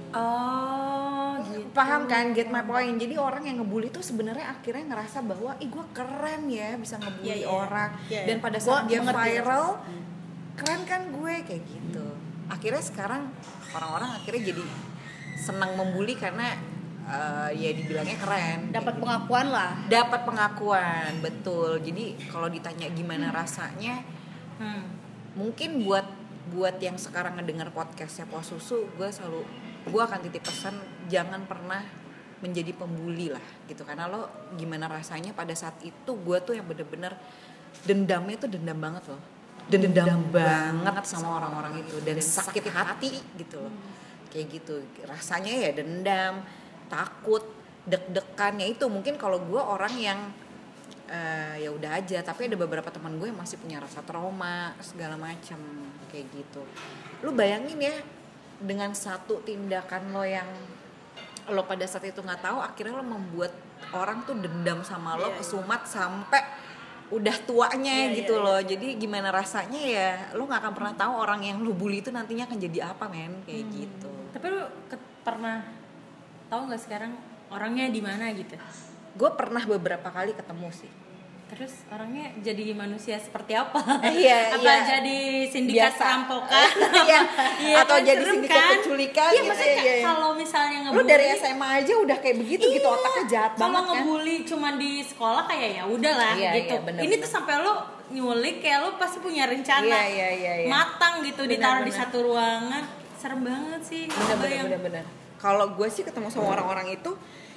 Speaker 3: Oh, gitu.
Speaker 1: paham kan get my point jadi orang yang ngebully tuh sebenarnya akhirnya ngerasa bahwa ih gue keren ya bisa ngebully
Speaker 3: Iya, iya.
Speaker 1: orang
Speaker 4: Iya, iya.
Speaker 1: dan pada saat
Speaker 4: Gua
Speaker 1: dia
Speaker 4: ngerti.
Speaker 1: viral keren kan gue kayak gitu akhirnya sekarang orang-orang akhirnya jadi senang membuli karena eh, ya dibilangnya keren kayak
Speaker 4: Dapat
Speaker 1: gitu.
Speaker 4: pengakuan lah.
Speaker 1: dapat pengakuan betul jadi kalau ditanya gimana rasanya
Speaker 3: Hmm.
Speaker 1: mungkin buat buat yang sekarang ngedengar podcastnya Pos Susu gue selalu gue akan titip pesan jangan pernah menjadi pembuli lah gitu karena lo gimana rasanya pada saat itu gue tuh yang bener-bener dendamnya tuh dendam banget loh dan dendam banget sama orang-orang itu dan sakit hati gitu loh kayak gitu rasanya ya dendam takut deg-degan ya itu mungkin kalau gue orang yang eh, ya udah aja tapi ada beberapa teman gue yang masih punya rasa trauma segala macam kayak gitu lu bayangin ya dengan satu tindakan lo yang lo pada saat itu nggak tahu akhirnya lo membuat orang tuh dendam sama lo kesumat sampai udah tuanya gitu loh jadi gimana rasanya ya lo nggak akan pernah tahu orang yang lo bully itu nantinya akan jadi apa men kayak gitu
Speaker 3: Tapi lu ke- pernah tahu nggak sekarang orangnya di mana gitu?
Speaker 1: gue pernah beberapa kali ketemu sih
Speaker 3: Terus orangnya jadi manusia seperti apa?
Speaker 1: Iya,
Speaker 3: apa
Speaker 1: iya.
Speaker 3: jadi sindikat
Speaker 1: Biasa.
Speaker 3: perampokan?
Speaker 1: Iya,
Speaker 3: Iya,
Speaker 1: atau
Speaker 3: kan
Speaker 1: jadi
Speaker 3: serem
Speaker 1: sindikat
Speaker 3: kan?
Speaker 1: penculikan
Speaker 3: Iya,
Speaker 1: gitu,
Speaker 3: maksudnya
Speaker 1: iya,
Speaker 3: kayak
Speaker 1: iya.
Speaker 3: kalau misalnya
Speaker 1: lu
Speaker 3: ngebully
Speaker 1: dari SMA aja udah kayak begitu gitu
Speaker 3: Iya.
Speaker 1: otaknya jahat
Speaker 3: Kalau
Speaker 1: banget kan
Speaker 3: ngebully cuman di sekolah kayak ya udahlah
Speaker 1: Iya,
Speaker 3: gitu.
Speaker 1: iya, bener,
Speaker 3: Ini tuh
Speaker 1: bener.
Speaker 3: sampai lu nyulik kayak lu pasti punya rencana
Speaker 1: Iya, iya, iya, iya.
Speaker 3: matang gitu
Speaker 1: Bener,
Speaker 3: ditaruh di
Speaker 1: bener.
Speaker 3: satu ruangan. Serem banget sih.
Speaker 1: bener bener
Speaker 3: kebayang.
Speaker 1: bener bener kalau gue sih ketemu
Speaker 3: Iya.
Speaker 1: sama orang-orang itu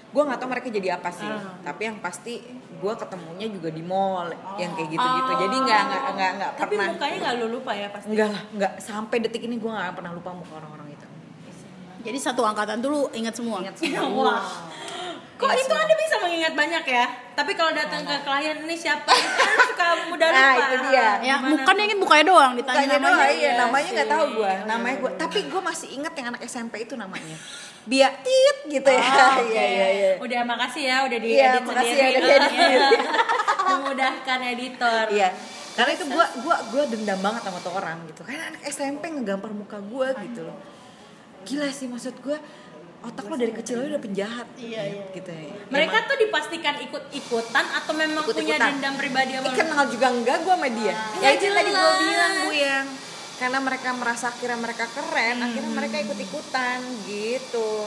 Speaker 1: gue nggak tahu mereka jadi apa sih
Speaker 3: Ah.
Speaker 1: tapi yang pasti gue ketemunya juga di mall yang kayak gitu gitu jadi nggak nggak nggak nggak
Speaker 3: Oh. Tapi
Speaker 1: pernah
Speaker 3: mukanya nggak lu lupa ya pasti.
Speaker 1: nggak lah nggak sampai detik ini gue nggak pernah lupa muka orang-orang itu
Speaker 4: Jadi satu angkatan dulu ingat semua.
Speaker 1: ingat
Speaker 3: Ya
Speaker 1: semua
Speaker 3: Allah.
Speaker 1: Iya,
Speaker 3: Kok itu Anda bisa mengingat banyak ya? Tapi kalau datang ke klien ini siapa? Anda suka mudah lupa.
Speaker 1: Nah, itu dia.
Speaker 4: Ya,
Speaker 3: Gimana
Speaker 4: bukan
Speaker 3: tuh?
Speaker 4: yang ingin mukanya doang ditanya
Speaker 1: Tanya
Speaker 4: namanya. ya
Speaker 1: doang, iya, namanya nggak tahu gue, namanya gue. Tapi gue masih ingat yang anak SMP itu namanya. Biak tit gitu ya.
Speaker 3: Oh, oke.
Speaker 1: Iya iya iya.
Speaker 3: Udah makasih ya udah di
Speaker 1: Iya,
Speaker 3: edit
Speaker 1: makasih
Speaker 3: sendiri.
Speaker 1: ya, udah diedit.
Speaker 3: Memudahkan editor.
Speaker 1: Iya. Karena itu gua gua gua dendam banget sama tuh orang gitu. Karena anak SMP ngegampar muka gua gitu loh. Gila sih maksud gua otak lo dari kecil lo udah penjahat. Iya iya. Gitu ya.
Speaker 3: Mereka tuh dipastikan ikut-ikutan atau memang punya
Speaker 1: Ikut-ikutan.
Speaker 3: dendam pribadi sama
Speaker 1: Emang- Ih,
Speaker 3: lu?
Speaker 1: kenal juga enggak gua sama dia. ya
Speaker 3: Enggak
Speaker 1: itu yang tadi gua
Speaker 3: jelas.
Speaker 1: bilang Bu yang karena mereka merasa akhirnya mereka keren, akhirnya mereka ikut-ikutan gitu.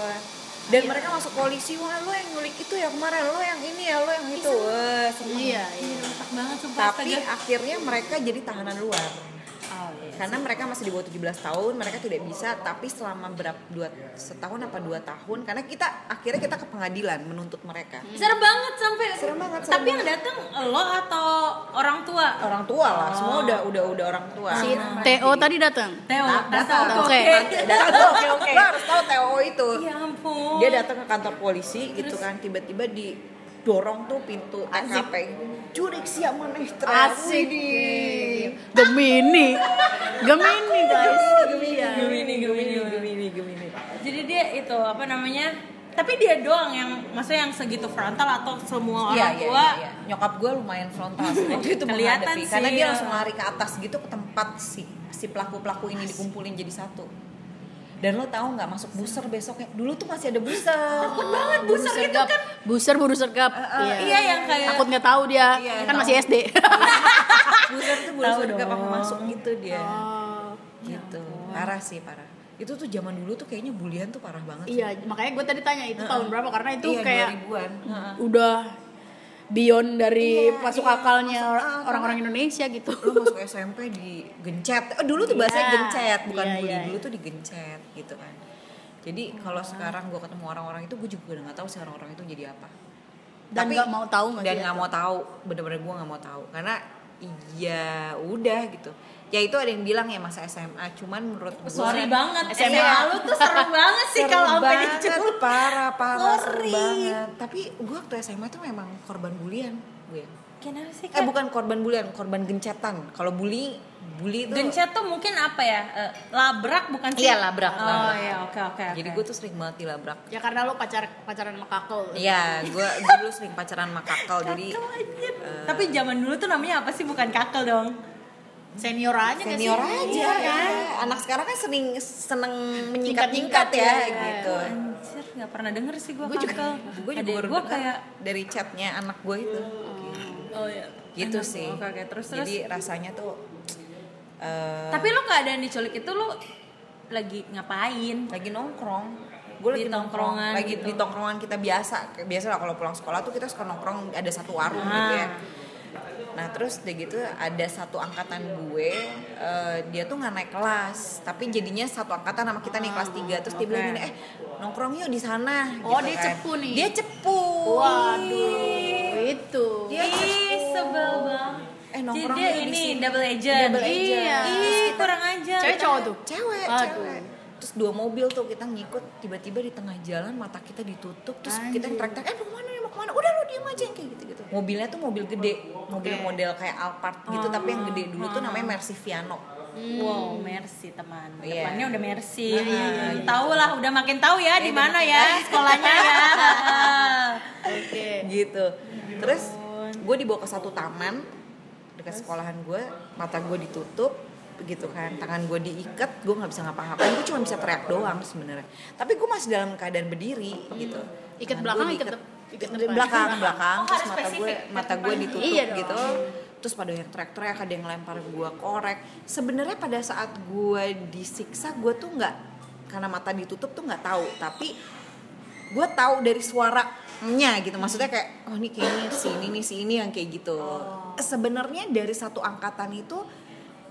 Speaker 1: Dan mereka masuk polisi, wah lo yang nyulik itu ya kemarin, lo yang ini ya, lo yang itu. Wah, semua.
Speaker 4: Iya, iya.
Speaker 3: Otak banget sumpah
Speaker 1: Tapi
Speaker 3: astaga.
Speaker 1: akhirnya mereka jadi tahanan luar.
Speaker 3: Oh, iya.
Speaker 1: karena mereka masih di bawah 17 tahun mereka tidak bisa tapi selama berapa dua setahun apa dua tahun karena kita akhirnya kita ke pengadilan menuntut mereka
Speaker 3: Serem banget sampai
Speaker 1: Serem banget, serem
Speaker 3: Tapi yang datang lo atau orang tua?
Speaker 1: orang tua lah semua udah udah udah orang tua Nah,
Speaker 4: Si TO tadi datang.
Speaker 3: Teo,
Speaker 1: datang
Speaker 3: datang.
Speaker 1: Ah, oke
Speaker 4: Oke.
Speaker 1: oke oke Iya. lo harus tahu TO itu
Speaker 3: Ya ampun.
Speaker 1: dia datang ke kantor polisi gitu kan tiba-tiba di dorong tuh pintu TKP curik siap menestra
Speaker 4: Asik. Gemini. Gemini guys.
Speaker 1: gemini gemini gemini gemini
Speaker 3: Jadi dia itu apa namanya? Tapi dia doang yang maksudnya yang segitu frontal atau semua
Speaker 1: Iya,
Speaker 3: orang
Speaker 1: iya,
Speaker 3: tua?
Speaker 1: iya, iya. Nyokap gue lumayan frontal sih waktu itu
Speaker 3: Kelihatan
Speaker 1: menghadapi.
Speaker 3: sih,
Speaker 1: Karena dia
Speaker 3: ya.
Speaker 1: langsung lari ke atas gitu ke tempat si si pelaku-pelaku ini dikumpulin jadi satu. Dan lo tahu nggak masuk buser besoknya? Dulu tuh masih ada buser. Takut banget
Speaker 4: Buru
Speaker 1: kan?
Speaker 4: sergap. Iya. Buser buru sergap.
Speaker 1: Uh,
Speaker 3: iya, yang kayak-
Speaker 4: takut nggak tahu dia.
Speaker 1: Iya,
Speaker 4: kan
Speaker 1: tahu.
Speaker 4: masih SD.
Speaker 1: buser tuh buser
Speaker 3: Tahu
Speaker 1: nggak
Speaker 3: dong.
Speaker 1: apa masuk gitu dia.
Speaker 4: Oh.
Speaker 1: Gitu. Parah sih parah. Itu tuh zaman dulu tuh kayaknya bulian tuh parah banget. sih.
Speaker 4: Iya, makanya gue tadi tanya itu tahun berapa karena itu
Speaker 1: Uh, Iya,
Speaker 4: kayak Hmm.
Speaker 1: 2000-an. Heeh.
Speaker 4: udah beyond dari
Speaker 1: Iya,
Speaker 4: masuk
Speaker 1: iya,
Speaker 4: akalnya
Speaker 1: masuk
Speaker 4: or-
Speaker 1: akal. Uh.
Speaker 4: orang-orang Indonesia gitu.
Speaker 1: lo masuk SMP digencet oh, dulu tuh bahasanya
Speaker 4: Iya,
Speaker 1: gencet bukan
Speaker 4: iya,
Speaker 1: bully
Speaker 4: iya.
Speaker 1: dulu tuh digencet gitu kan jadi kalau sekarang gue ketemu orang-orang itu gue juga udah nggak tahu sih orang-orang itu jadi apa
Speaker 4: Dan nggak mau tahu nggak
Speaker 1: dan
Speaker 4: dia
Speaker 1: nggak mau tahu bener-bener gue nggak mau tahu karena ya udah gitu ya itu ada yang bilang ya masa SMA cuman menurut gue
Speaker 3: Sorry banget,
Speaker 1: SMA.
Speaker 3: SMA lu tuh seru banget sih
Speaker 1: Seru
Speaker 3: kalau sampai
Speaker 1: banget,
Speaker 3: diculik.
Speaker 1: parah parah seru
Speaker 3: Sorry.
Speaker 1: banget tapi gue waktu SMA tuh memang korban bulian gue
Speaker 3: Kenapa sih?
Speaker 1: eh
Speaker 3: Kak?
Speaker 1: bukan korban bulian korban gencetan kalau bully bully itu
Speaker 3: Gencet tuh mungkin apa ya? Eh, labrak bukan sih?
Speaker 1: Iya, labrak,
Speaker 3: Oh
Speaker 1: labrak.
Speaker 3: iya, oke oke.
Speaker 1: ya, Jadi gue tuh sering banget dilabrak.
Speaker 4: Ya karena lo pacar pacaran sama kakak.
Speaker 1: Iya, gue gue dulu sering pacaran sama kakal, jadi Eh.
Speaker 3: Tapi zaman dulu tuh namanya apa sih? Bukan kakel dong.
Speaker 4: Senior aja nggak sih?
Speaker 1: senior aja
Speaker 4: Iya,
Speaker 1: kan. Anak sekarang kan sering seneng menyingkat-nyingkat ya, gitu.
Speaker 3: Anjir, nggak pernah denger sih gue
Speaker 1: Gue juga,
Speaker 3: kakel.
Speaker 1: gue juga
Speaker 3: Adek
Speaker 1: baru
Speaker 3: gua
Speaker 1: dengar
Speaker 3: kayak
Speaker 1: dari chatnya anak gue itu,
Speaker 3: oh iya.
Speaker 1: gitu
Speaker 3: Anak-
Speaker 1: sih.
Speaker 3: Oke oke, terus terus.
Speaker 1: Jadi rasanya tuh eh,
Speaker 3: Tapi lu keadaan diculik itu lu lagi ngapain?
Speaker 1: lagi nongkrong gue lagi
Speaker 3: Di
Speaker 1: nongkrong
Speaker 3: tongkrongan
Speaker 1: lagi
Speaker 3: gitu.
Speaker 1: di tongkrongan kita biasa Kayak biasa lah kalau pulang sekolah tuh kita suka nongkrong ada satu warung
Speaker 3: Ah.
Speaker 1: gitu ya nah terus udah gitu ada satu angkatan gue eh, dia tuh nggak naik kelas tapi jadinya satu angkatan sama kita nih kelas 3 terus dia bilang
Speaker 3: oke.
Speaker 1: gini eh nongkrong yuk di sana Gitu kan.
Speaker 4: Oh, dia cepu nih.
Speaker 1: dia cepu Eh,
Speaker 4: Waduh, itu.
Speaker 1: dia
Speaker 3: Ih,
Speaker 1: cepu
Speaker 3: sebel banget.
Speaker 1: eh eh
Speaker 3: Jadi
Speaker 1: Iya, nongkrong
Speaker 3: dia
Speaker 1: yuk di
Speaker 3: ini
Speaker 1: sini.
Speaker 3: double agent.
Speaker 4: Double agent.
Speaker 3: Iya. Ih, kurang aja.
Speaker 4: Cewek cowok tuh.
Speaker 1: cewek
Speaker 4: Aduh.
Speaker 1: cewek terus dua mobil tuh kita ngikut tiba-tiba di tengah jalan mata kita ditutup terus kita yang teriak eh mau kemana nih, mau kemana udah lu diem aja yang kayak gitu gitu mobilnya tuh mobil gede mobil model kayak Alphard gitu tapi yang gede dulu tuh namanya Mercy Viano
Speaker 3: Wow, Mercy teman.
Speaker 1: Iya.
Speaker 3: Depannya udah Mercy. Tahu lah, udah makin tahu ya di mana ya sekolahnya ya.
Speaker 4: Oke.
Speaker 1: gitu
Speaker 4: Ya
Speaker 1: terus gue dibawa ke satu taman dekat sekolahan gue mata gue ditutup begitu kan tangan gue diikat gue nggak bisa ngapa-ngapain gue cuma bisa teriak doang sebenarnya tapi gue masih dalam keadaan berdiri gitu
Speaker 4: Hmm.
Speaker 1: Tangan
Speaker 4: Ikat belakang,
Speaker 1: gue
Speaker 4: ikat
Speaker 1: diikat-
Speaker 4: dep- ikat
Speaker 1: ikat
Speaker 4: depan.
Speaker 1: belakang belakang
Speaker 3: Oh,
Speaker 1: terus
Speaker 3: harus
Speaker 1: mata gue
Speaker 3: spesifik, ikat
Speaker 1: mata gue
Speaker 3: depan.
Speaker 1: ditutup
Speaker 4: Iya dong.
Speaker 1: gitu terus pada yang teriak-teriak ada yang lempar gue korek sebenarnya pada saat gue disiksa gue tuh nggak karena mata ditutup tuh nggak tahu tapi gue tahu dari suaranya gitu maksudnya kayak oh ini kayaknya si ini nih si ini yang kayak gitu sebenarnya dari satu angkatan itu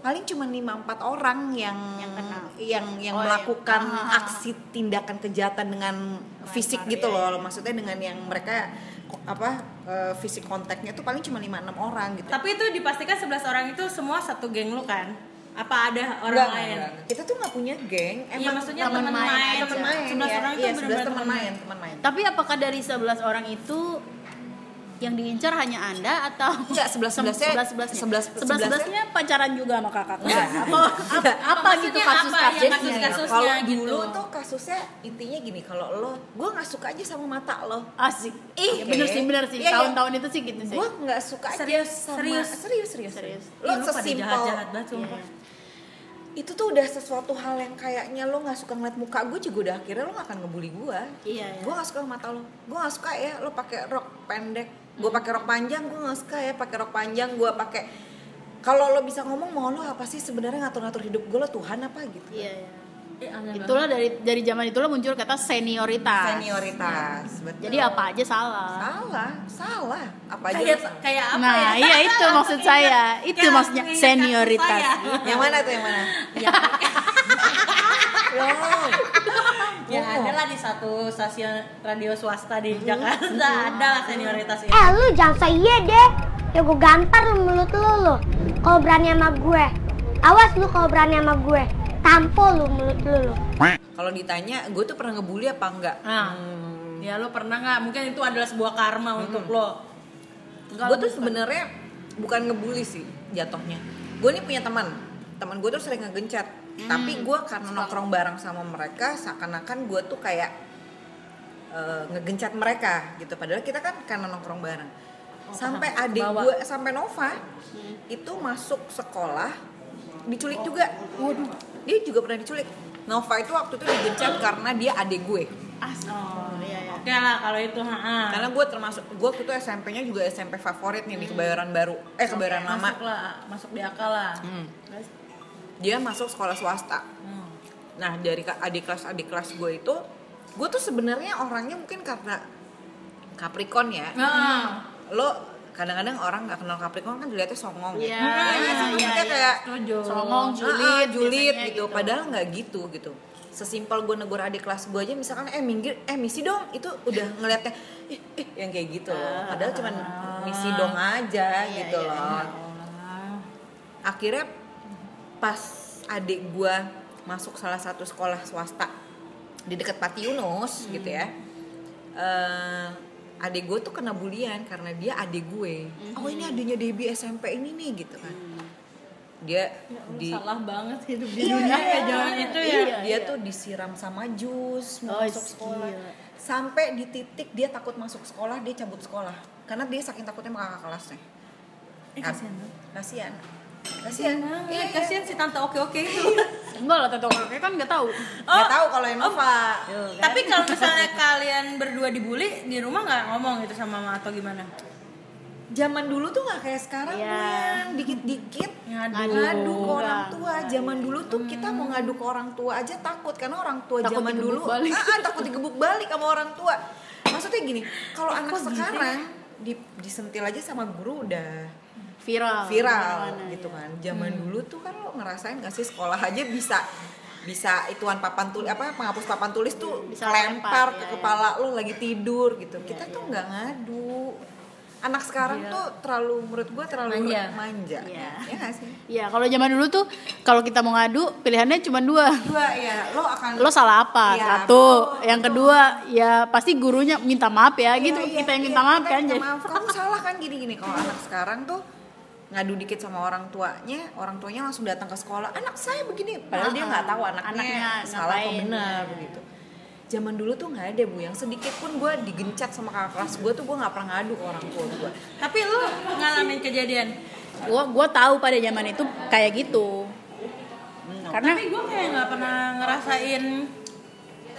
Speaker 1: paling cuma lima empat orang yang yang yang,
Speaker 4: Oh, iya.
Speaker 1: melakukan
Speaker 4: Ah, ah, ah.
Speaker 1: aksi tindakan kejahatan dengan fisik gitu loh maksudnya dengan yang mereka ko- apa eh, fisik kontaknya tuh paling cuma lima enam orang gitu
Speaker 3: Tapi itu dipastikan 11 orang itu semua satu geng lu kan? Apa ada orang
Speaker 1: Enggak,
Speaker 3: lain?
Speaker 1: enggak, enggak. kita tuh nggak punya geng emang
Speaker 3: Iya, maksudnya
Speaker 1: teman
Speaker 3: teman
Speaker 1: main,
Speaker 3: main.
Speaker 1: teman main
Speaker 3: 11
Speaker 1: ya.
Speaker 3: orang itu
Speaker 1: Iya, 11
Speaker 3: benar-benar
Speaker 1: teman
Speaker 3: teman
Speaker 1: main teman main
Speaker 4: Tapi apakah dari 11 orang itu yang diincar hanya Anda atau
Speaker 1: Enggak, 11-11-nya
Speaker 4: 11
Speaker 1: 11-11-nya
Speaker 4: 11-11-nya pacaran juga sama kakak.
Speaker 1: Enggak.
Speaker 4: Atau apa, apa gitu
Speaker 3: Maksudnya
Speaker 4: kasus
Speaker 3: apa? Iya,
Speaker 4: kasusnya?
Speaker 3: kasus-
Speaker 4: ya?
Speaker 3: kasus.
Speaker 1: kalau
Speaker 3: kasusnya gitu.
Speaker 1: dulu tuh kasusnya intinya gini kalau lo gue nggak suka aja sama mata lo
Speaker 4: Asik. Ih,
Speaker 1: Oke.
Speaker 4: bener sih, bener sih.
Speaker 1: Iya, iya.
Speaker 4: Tahun-tahun itu sih gitu sih.
Speaker 1: gue nggak suka
Speaker 3: Serius,
Speaker 1: aja sama
Speaker 3: serius.
Speaker 1: serius serius,
Speaker 4: Serius.
Speaker 1: lo
Speaker 3: Ih, lu Iya. pada
Speaker 1: sesimpel
Speaker 3: jahat-jahat banget sumpah.
Speaker 1: itu tuh udah sesuatu hal yang kayaknya lo nggak suka ngeliat muka gue juga udah akhirnya lo gak akan ngebully gue
Speaker 4: Iya, iya.
Speaker 1: gue nggak suka sama mata lo gue nggak suka ya lo pakai rok pendek gue pakai rok panjang gue nggak suka ya pakai rok panjang gue pakai kalau lo bisa ngomong mau lo apa sih sebenarnya ngatur-ngatur hidup gue lo Tuhan apa gitu
Speaker 4: Iya, iya.
Speaker 3: Eh, aneh banget.
Speaker 4: Itulah dari dari zaman itulah muncul kata senioritas.
Speaker 1: senioritas betul
Speaker 4: Jadi apa aja salah.
Speaker 1: salah salah apa Iya, aja lo
Speaker 3: kayak
Speaker 1: salah.
Speaker 3: kayak apa
Speaker 4: Nah,
Speaker 3: ya?
Speaker 4: iya, itu
Speaker 3: Langsung
Speaker 4: maksud
Speaker 3: ingat.
Speaker 4: saya. Itu
Speaker 3: Ya,
Speaker 4: maksudnya
Speaker 3: ingat
Speaker 4: senioritas.
Speaker 1: iya.
Speaker 3: kasus saya.
Speaker 1: yang mana tuh yang mana
Speaker 4: Ya.
Speaker 1: Loh.
Speaker 3: Ya ada lah di satu stasiun radio swasta di Jakarta ada lah senioritas itu.
Speaker 2: Eh lu jangan say iya deh Ya gue gampar lu mulut lu lu Kalau berani sama gue Awas lu kalau berani sama gue Tampol lu mulut lu lu
Speaker 1: kalau ditanya gue tuh pernah ngebully apa enggak
Speaker 3: Nah,
Speaker 4: Hmm.
Speaker 3: ya lo pernah nggak? Mungkin itu adalah sebuah karma untuk lo.
Speaker 1: gue tuh sebenarnya bukan ngebully sih jatuhnya gue nih punya teman teman gue tuh sering ngegencet
Speaker 3: Hmm,
Speaker 1: tapi gue karena nongkrong bareng sama mereka seakan-akan gue tuh kayak eh, ngegencat mereka gitu padahal kita kan karena nongkrong bareng sampai adik
Speaker 3: Oh, kebawa. Hmm.
Speaker 1: gue sampai Nova itu masuk sekolah diculik juga waduh dia juga pernah diculik Nova itu waktu itu digencat karena dia adik gue
Speaker 4: Oh, iya, iya.
Speaker 3: Oke Ya lah kalau itu ha -ha.
Speaker 1: karena gue termasuk gue waktu itu SMP-nya juga SMP favorit nih di kebayoran baru eh kebayoran lama
Speaker 3: Hmm. Masuk lah, masuk di akal lah.
Speaker 1: Hmm.
Speaker 3: Terus,
Speaker 1: dia masuk sekolah swasta
Speaker 3: hmm.
Speaker 1: nah dari ke- adik kelas adik kelas gue itu gue tuh sebenarnya orangnya mungkin karena Capricorn ya
Speaker 3: Nah,
Speaker 1: lo kadang-kadang orang nggak kenal Capricorn kan dilihatnya songong
Speaker 4: Iya,
Speaker 1: Nah, iya sih,
Speaker 4: iya,
Speaker 1: maksudnya
Speaker 4: iya.
Speaker 1: kayak
Speaker 3: setuju.
Speaker 4: Songong, julid,
Speaker 1: "Ah, ah, julid
Speaker 4: biasanya
Speaker 1: gitu. padahal nggak gitu gitu sesimpel gue negur adik kelas gue aja misalkan eh minggir eh misi dong itu udah ngeliatnya ih, ih, yang kayak gitu loh padahal cuman misi dong aja gitu
Speaker 4: iya,
Speaker 1: loh akhirnya pas adik gue masuk salah satu sekolah swasta di dekat Pati Yunus gitu ya Eh adik gue tuh kena bulian karena dia adik gue oh ini adiknya Debbie SMP ini nih gitu kan dia di
Speaker 3: Salah banget hidup di
Speaker 1: Iya,
Speaker 3: dunia
Speaker 1: iya.
Speaker 3: kayak zaman itu ya.
Speaker 1: Iya, dia tuh disiram sama jus mau
Speaker 4: Oh,
Speaker 1: masuk sekolah.
Speaker 4: gila.
Speaker 1: Sampai di titik dia takut masuk sekolah, dia cabut sekolah. Karena dia saking takutnya sama kakak kelasnya. Kan?
Speaker 3: Eh, kasihan banget.
Speaker 1: Kasihan. Kasihan.
Speaker 3: Iya, kasihan si tante oke-oke itu.
Speaker 4: Enggak lah, Tante Koroknya kan nggak tahu.
Speaker 1: Gak tahu kalau yang Nova.
Speaker 3: Oh, Tapi kalau misalnya kalian berdua dibully di rumah nggak ngomong gitu sama mama atau gimana?
Speaker 1: Zaman dulu tuh gak kayak sekarang
Speaker 4: Iya.
Speaker 1: yang dikit-dikit
Speaker 3: Ngadu.
Speaker 1: ngadu ke orang
Speaker 4: Enggak.
Speaker 1: tua. Zaman dulu tuh kita mau ngadu ke orang tua aja takut karena orang tua
Speaker 4: Hmm. Takut
Speaker 1: zaman
Speaker 4: digebuk
Speaker 1: dulu
Speaker 4: balik.
Speaker 1: Ah, ah, takut digebuk balik sama orang tua. Maksudnya gini, kalau anak sekarang di, disentil aja sama guru udah
Speaker 4: Viral.
Speaker 1: viral
Speaker 4: Mana-mana,
Speaker 1: gitu
Speaker 4: iya.
Speaker 1: kan. Zaman dulu tuh kan lo ngerasain gak sih sekolah aja bisa bisa ituan papan tulis apa penghapus papan tulis tuh
Speaker 4: Bisa
Speaker 1: lempar
Speaker 4: lempar,
Speaker 1: ke
Speaker 4: iya,
Speaker 1: kepala lo lagi tidur gitu. Kita tuh nggak ngadu. anak sekarang tuh terlalu menurut gue terlalu
Speaker 3: Manja.
Speaker 1: manja.
Speaker 4: Iya.
Speaker 1: Ya nggak sih?
Speaker 4: Iya, kalau zaman dulu tuh kalau kita mau ngadu pilihannya cuma dua.
Speaker 1: Dua ya, lo akan
Speaker 4: Lo salah apa?
Speaker 1: Iya,
Speaker 4: Satu.
Speaker 1: betul,
Speaker 4: yang kedua ya pasti gurunya minta maaf ya
Speaker 1: Iya,
Speaker 4: gitu.
Speaker 1: iya,
Speaker 4: kita yang
Speaker 1: iya,
Speaker 4: minta maaf
Speaker 1: kita
Speaker 4: kan.
Speaker 1: yang
Speaker 4: Jadi
Speaker 1: minta maaf. Kamu salah kan gini-gini kalau anak sekarang tuh ngadu dikit sama orang tuanya, orang tuanya langsung datang ke sekolah, anak saya begini, padahal dia
Speaker 4: Ah,
Speaker 1: nggak tahu anaknya,
Speaker 4: anaknya
Speaker 1: salah atau
Speaker 4: ngapain,
Speaker 1: benar
Speaker 4: iya.
Speaker 1: begitu. Zaman dulu tuh nggak ada bu, yang sedikit pun gue digencat sama kakak kelas gue tuh gue nggak pernah ngadu ke orang tua gue.
Speaker 3: Tapi lu ngalamin kejadian.
Speaker 4: gua gua tahu pada zaman itu kayak gitu.
Speaker 1: Hmm,
Speaker 4: Karena
Speaker 3: Tapi gue kayak nggak pernah ngerasain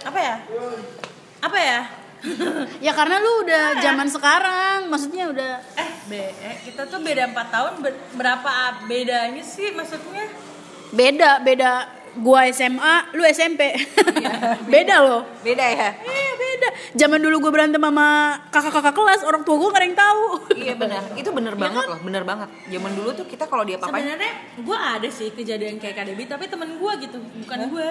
Speaker 3: apa ya? Apa ya?
Speaker 4: ya karena lu
Speaker 1: Iya.
Speaker 4: udah zaman sekarang, maksudnya udah
Speaker 3: Eh, be- eh, kita tuh beda 4 tahun ber- berapa a- bedanya sih maksudnya?
Speaker 4: beda beda gua SMA, lu SMP.
Speaker 1: Iya.
Speaker 4: beda loh.
Speaker 1: Beda ya?
Speaker 4: Eh, beda. Zaman dulu gua berantem sama kakak-kakak kelas, orang tua gua gak ada yang tahu.
Speaker 1: Iya benar, itu bener banget
Speaker 4: kan?
Speaker 1: loh, bener banget. Zaman dulu tuh kita kalau dia papain
Speaker 3: Sebenarnya gue ada sih kejadian kayak Kak Debbie, tapi temen gue gitu, bukan gue.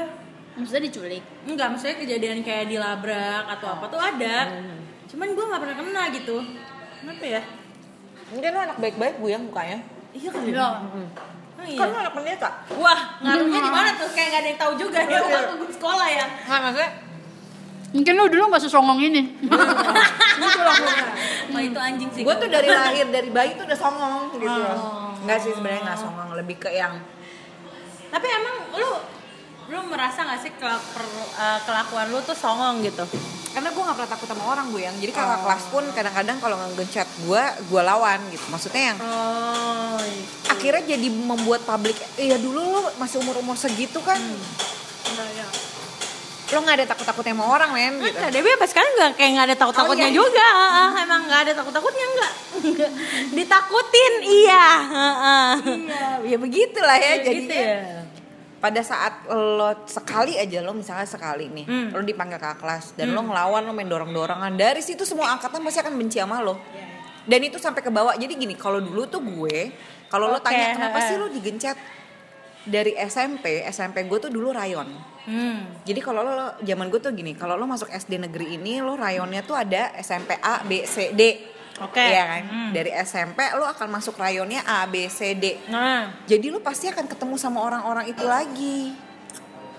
Speaker 4: Maksudnya diculik.
Speaker 3: Enggak, maksudnya kejadian kayak dilabrak atau apa tuh ada.
Speaker 1: Hmm.
Speaker 3: Cuman gue nggak pernah kena gitu. Kenapa ya?
Speaker 1: Mungkin lo anak baik-baik bu yang mukanya.
Speaker 3: Iya kali. ya. Oh, iya.
Speaker 1: Kan lo anak pendeta.
Speaker 3: Wah, ngaruhnya di mana tuh? Kayak gak ada yang tahu juga ya
Speaker 1: Iya.
Speaker 3: waktu gue sekolah ya.
Speaker 1: Nggak maksudnya?
Speaker 4: Mungkin lu dulu gak sesongong ini.
Speaker 1: Iya,
Speaker 3: Wah, itu anjing sih.
Speaker 1: gue tuh dari lahir dari bayi tuh udah songong gitu loh nggak sih sebenarnya nggak songong lebih ke yang
Speaker 3: Tapi emang lu lu merasa gak sih kelak- per- eh, kelakuan lu tuh songong gitu?
Speaker 1: karena gue nggak pernah takut sama orang gue yang jadi kakak kelas pun kadang-kadang kalau ngegencet gue gue lawan gitu maksudnya yang
Speaker 3: Oh.
Speaker 1: akhirnya jadi membuat publik iya dulu lo masih umur umur segitu kan iya, lo nggak ada takut takut sama orang men gitu
Speaker 3: Kan Kak Dewi apa sekarang gak kayak gak ada takut-takutnya
Speaker 1: Oh, iya.
Speaker 3: juga Ah, ah, Emang gak ada takut-takutnya enggak Ditakutin iya Ah, ah.
Speaker 1: iya ya begitulah ya
Speaker 3: Kayak
Speaker 1: jadinya
Speaker 3: gitu ya
Speaker 1: pada saat lo sekali aja lo misalnya sekali nih
Speaker 3: Hmm.
Speaker 1: lo dipanggil ke kelas dan lo ngelawan lo main dorong dorongan dari situ semua angkatan pasti akan benci sama lo
Speaker 3: Iya.
Speaker 1: dan itu sampai ke bawah jadi gini kalau dulu tuh gue kalau lo
Speaker 3: Oke,
Speaker 1: tanya kenapa
Speaker 3: ha-ha.
Speaker 1: sih lo digencet dari SMP SMP gue tuh dulu rayon
Speaker 3: Hmm.
Speaker 1: jadi kalau lo lo- zaman gue tuh gini kalau lo masuk SD negeri ini lo rayonnya tuh ada SMP A B C D
Speaker 3: Oke.
Speaker 1: Iya kan
Speaker 3: Hmm.
Speaker 1: dari SMP lo akan masuk rayonnya A B C D
Speaker 3: Nah
Speaker 1: jadi lu pasti akan ketemu sama orang-orang itu lagi.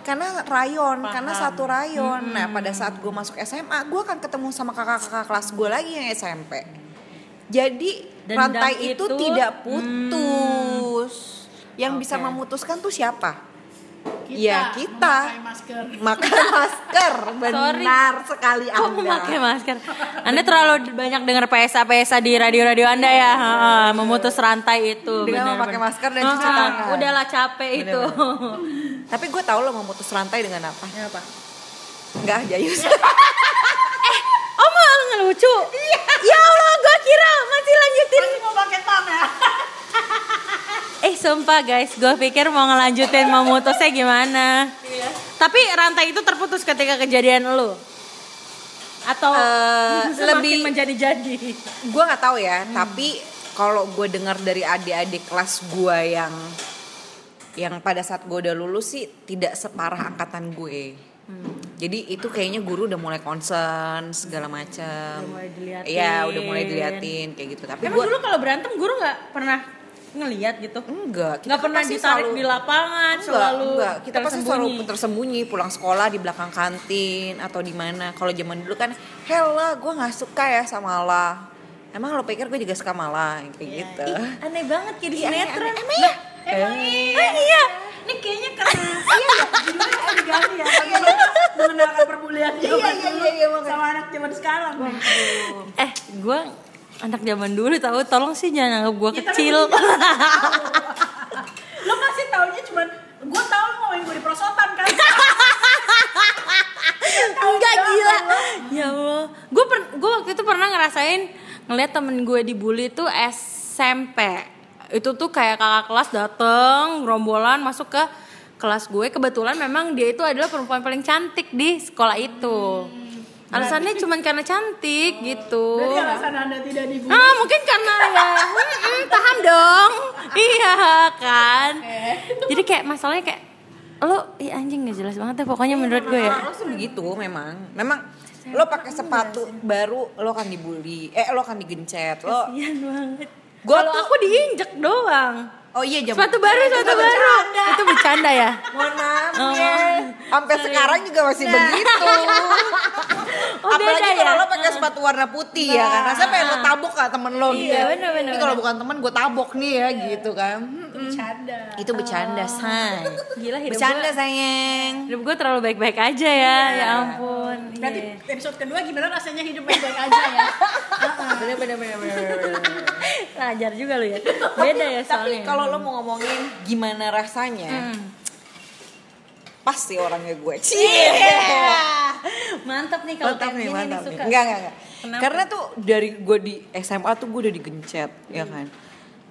Speaker 1: Karena rayon, karena satu rayon. Nah,
Speaker 3: Hmm.
Speaker 1: pada saat gue masuk SMA, gue akan ketemu sama kakak-kakak kelas gue lagi yang SMP. Jadi
Speaker 3: Dendam
Speaker 1: rantai itu,
Speaker 3: itu- hmm.
Speaker 1: tidak putus. Yang bisa
Speaker 3: Oke.
Speaker 1: memutuskan tuh siapa?
Speaker 4: Kita
Speaker 1: ya kita.
Speaker 4: memakai masker.
Speaker 1: Makan masker, benar sekali
Speaker 3: Kok
Speaker 1: Anda.
Speaker 3: memakai masker? Anda terlalu banyak dengar PSA-PSA di radio-radio Anda ya. Heeh, memutus rantai itu.
Speaker 1: Iya. Dengan
Speaker 3: benar,
Speaker 1: memakai
Speaker 3: benar.
Speaker 1: masker dan cuci
Speaker 3: Heeh,
Speaker 1: tangan.
Speaker 3: Udahlah capek itu.
Speaker 1: Tapi gue tahu lo memutus rantai dengan apa?
Speaker 3: Apa?
Speaker 1: Enggak, Jayus.
Speaker 3: Oh mau ngelucu? Iya. Ya Allah, gua kira masih lanjutin.
Speaker 4: mau pakai tam ya?
Speaker 3: Eh sumpah guys, gue pikir mau ngelanjutin memutusnya gimana. Tapi rantai itu terputus ketika kejadian lu. Atau
Speaker 1: Eh,
Speaker 3: lebih
Speaker 1: lebih-
Speaker 3: menjadi-jadi.
Speaker 1: gue nggak tahu ya
Speaker 3: Hmm.
Speaker 1: tapi kalau gue dengar dari adik-adik kelas gue yang yang pada saat gue udah lulus sih tidak separah angkatan gue
Speaker 3: Hmm.
Speaker 1: jadi itu kayaknya guru udah mulai concern segala macam
Speaker 3: mulai diliatin.
Speaker 1: iya udah mulai diliatin kayak gitu tapi
Speaker 3: Emang
Speaker 1: gue
Speaker 3: dulu kalau berantem guru nggak pernah ngeliat gitu?
Speaker 1: enggak
Speaker 3: Nggak
Speaker 1: kan
Speaker 3: pernah
Speaker 1: pasti
Speaker 3: ditarik
Speaker 1: selalu-
Speaker 3: di lapangan,
Speaker 1: Enggak,
Speaker 3: selalu
Speaker 1: enggak. kita pasti selalu
Speaker 3: tersembunyi.
Speaker 1: tersembunyi pulang sekolah di belakang kantin atau di mana kalau zaman dulu kan hela gue nggak suka ya sama lah emang lo pikir gue juga suka malah kayak gitu
Speaker 3: Iya. Ih, aneh banget kayak di
Speaker 1: Iya, aneh,
Speaker 3: sinetron.
Speaker 1: aneh. Emang iya?
Speaker 3: Emang iya. Ah, iya. Ini kayaknya karena
Speaker 4: Mengenalkan perbulian
Speaker 1: Iya, iya, iya, iya, makanya.
Speaker 4: sama anak zaman sekarang.
Speaker 3: eh gue anak zaman dulu tahu tolong sih jangan anggap gue kecil.
Speaker 4: Lo pasti taunya cuman gue tau lo ngomongin gue di prosotan kan?
Speaker 3: Enggak gila. Ya Allah. Gue gue waktu itu pernah ngerasain ngeliat temen gue dibully tuh SMP. Itu tuh kayak kakak kelas dateng gerombolan masuk ke kelas gue kebetulan memang dia itu adalah perempuan paling cantik di sekolah itu.
Speaker 4: Hmm,
Speaker 3: Alasannya cuman karena cantik gitu.
Speaker 4: Jadi Oh. alasan anda tidak dibully.
Speaker 3: Ah, mungkin karena ya, mm-mm, paham dong. Iya kan. Jadi kayak masalahnya kayak
Speaker 5: lo ih, anjing gak jelas banget ya pokoknya
Speaker 4: Iya,
Speaker 5: menurut gue ya
Speaker 1: Orang-orang tuh begitu memang. Memang lo pakai sepatu baru lo akan dibully. Eh lo akan digencet. Lo
Speaker 5: Kasian banget
Speaker 1: Gua
Speaker 5: kalau
Speaker 1: tuh-
Speaker 5: aku diinjek doang
Speaker 1: Oh iya jam
Speaker 5: sepatu baru sepatu baru itu Ya bercanda ya
Speaker 1: Mohon maaf ya. Sampai sekarang juga masih begitu.
Speaker 5: Oh, beda
Speaker 1: Apalagi
Speaker 5: Nah. ya? Nah.
Speaker 1: kalau lo pakai sepatu warna putih ya kan. Rasanya pengen lo tabok lah temen lo
Speaker 5: Iya,
Speaker 1: gitu. ya.
Speaker 5: bener, bener,
Speaker 1: Ini kalau
Speaker 5: bener.
Speaker 1: bukan temen gue tabok nih ya gitu kan. Mm-mm.
Speaker 4: Canda.
Speaker 1: Itu
Speaker 5: Oh.
Speaker 1: bercanda, say.
Speaker 5: gila hidup
Speaker 1: Bercanda,
Speaker 5: gue
Speaker 1: sayang.
Speaker 5: hidup gue terlalu baik-baik aja ya ya ampun
Speaker 4: Berarti
Speaker 5: Iya.
Speaker 4: episode kedua gimana rasanya hidup baik-baik aja ya?
Speaker 1: Bener, bener, bener, bener, bener.
Speaker 5: Ngajar juga lo ya beda ya
Speaker 1: Tapi
Speaker 5: soalnya
Speaker 1: kalau lo mau ngomongin gimana rasanya,
Speaker 5: Hmm. Iya.
Speaker 1: pasti orangnya gue.
Speaker 3: Mantap nih kalau
Speaker 1: Mantap
Speaker 3: kayak
Speaker 1: nih,
Speaker 3: gini nih
Speaker 1: mantap nih.
Speaker 3: suka.
Speaker 1: Enggak, enggak, enggak.
Speaker 3: Kenapa?
Speaker 1: Karena tuh dari gue di SMA tuh gue udah digencet, ya kan.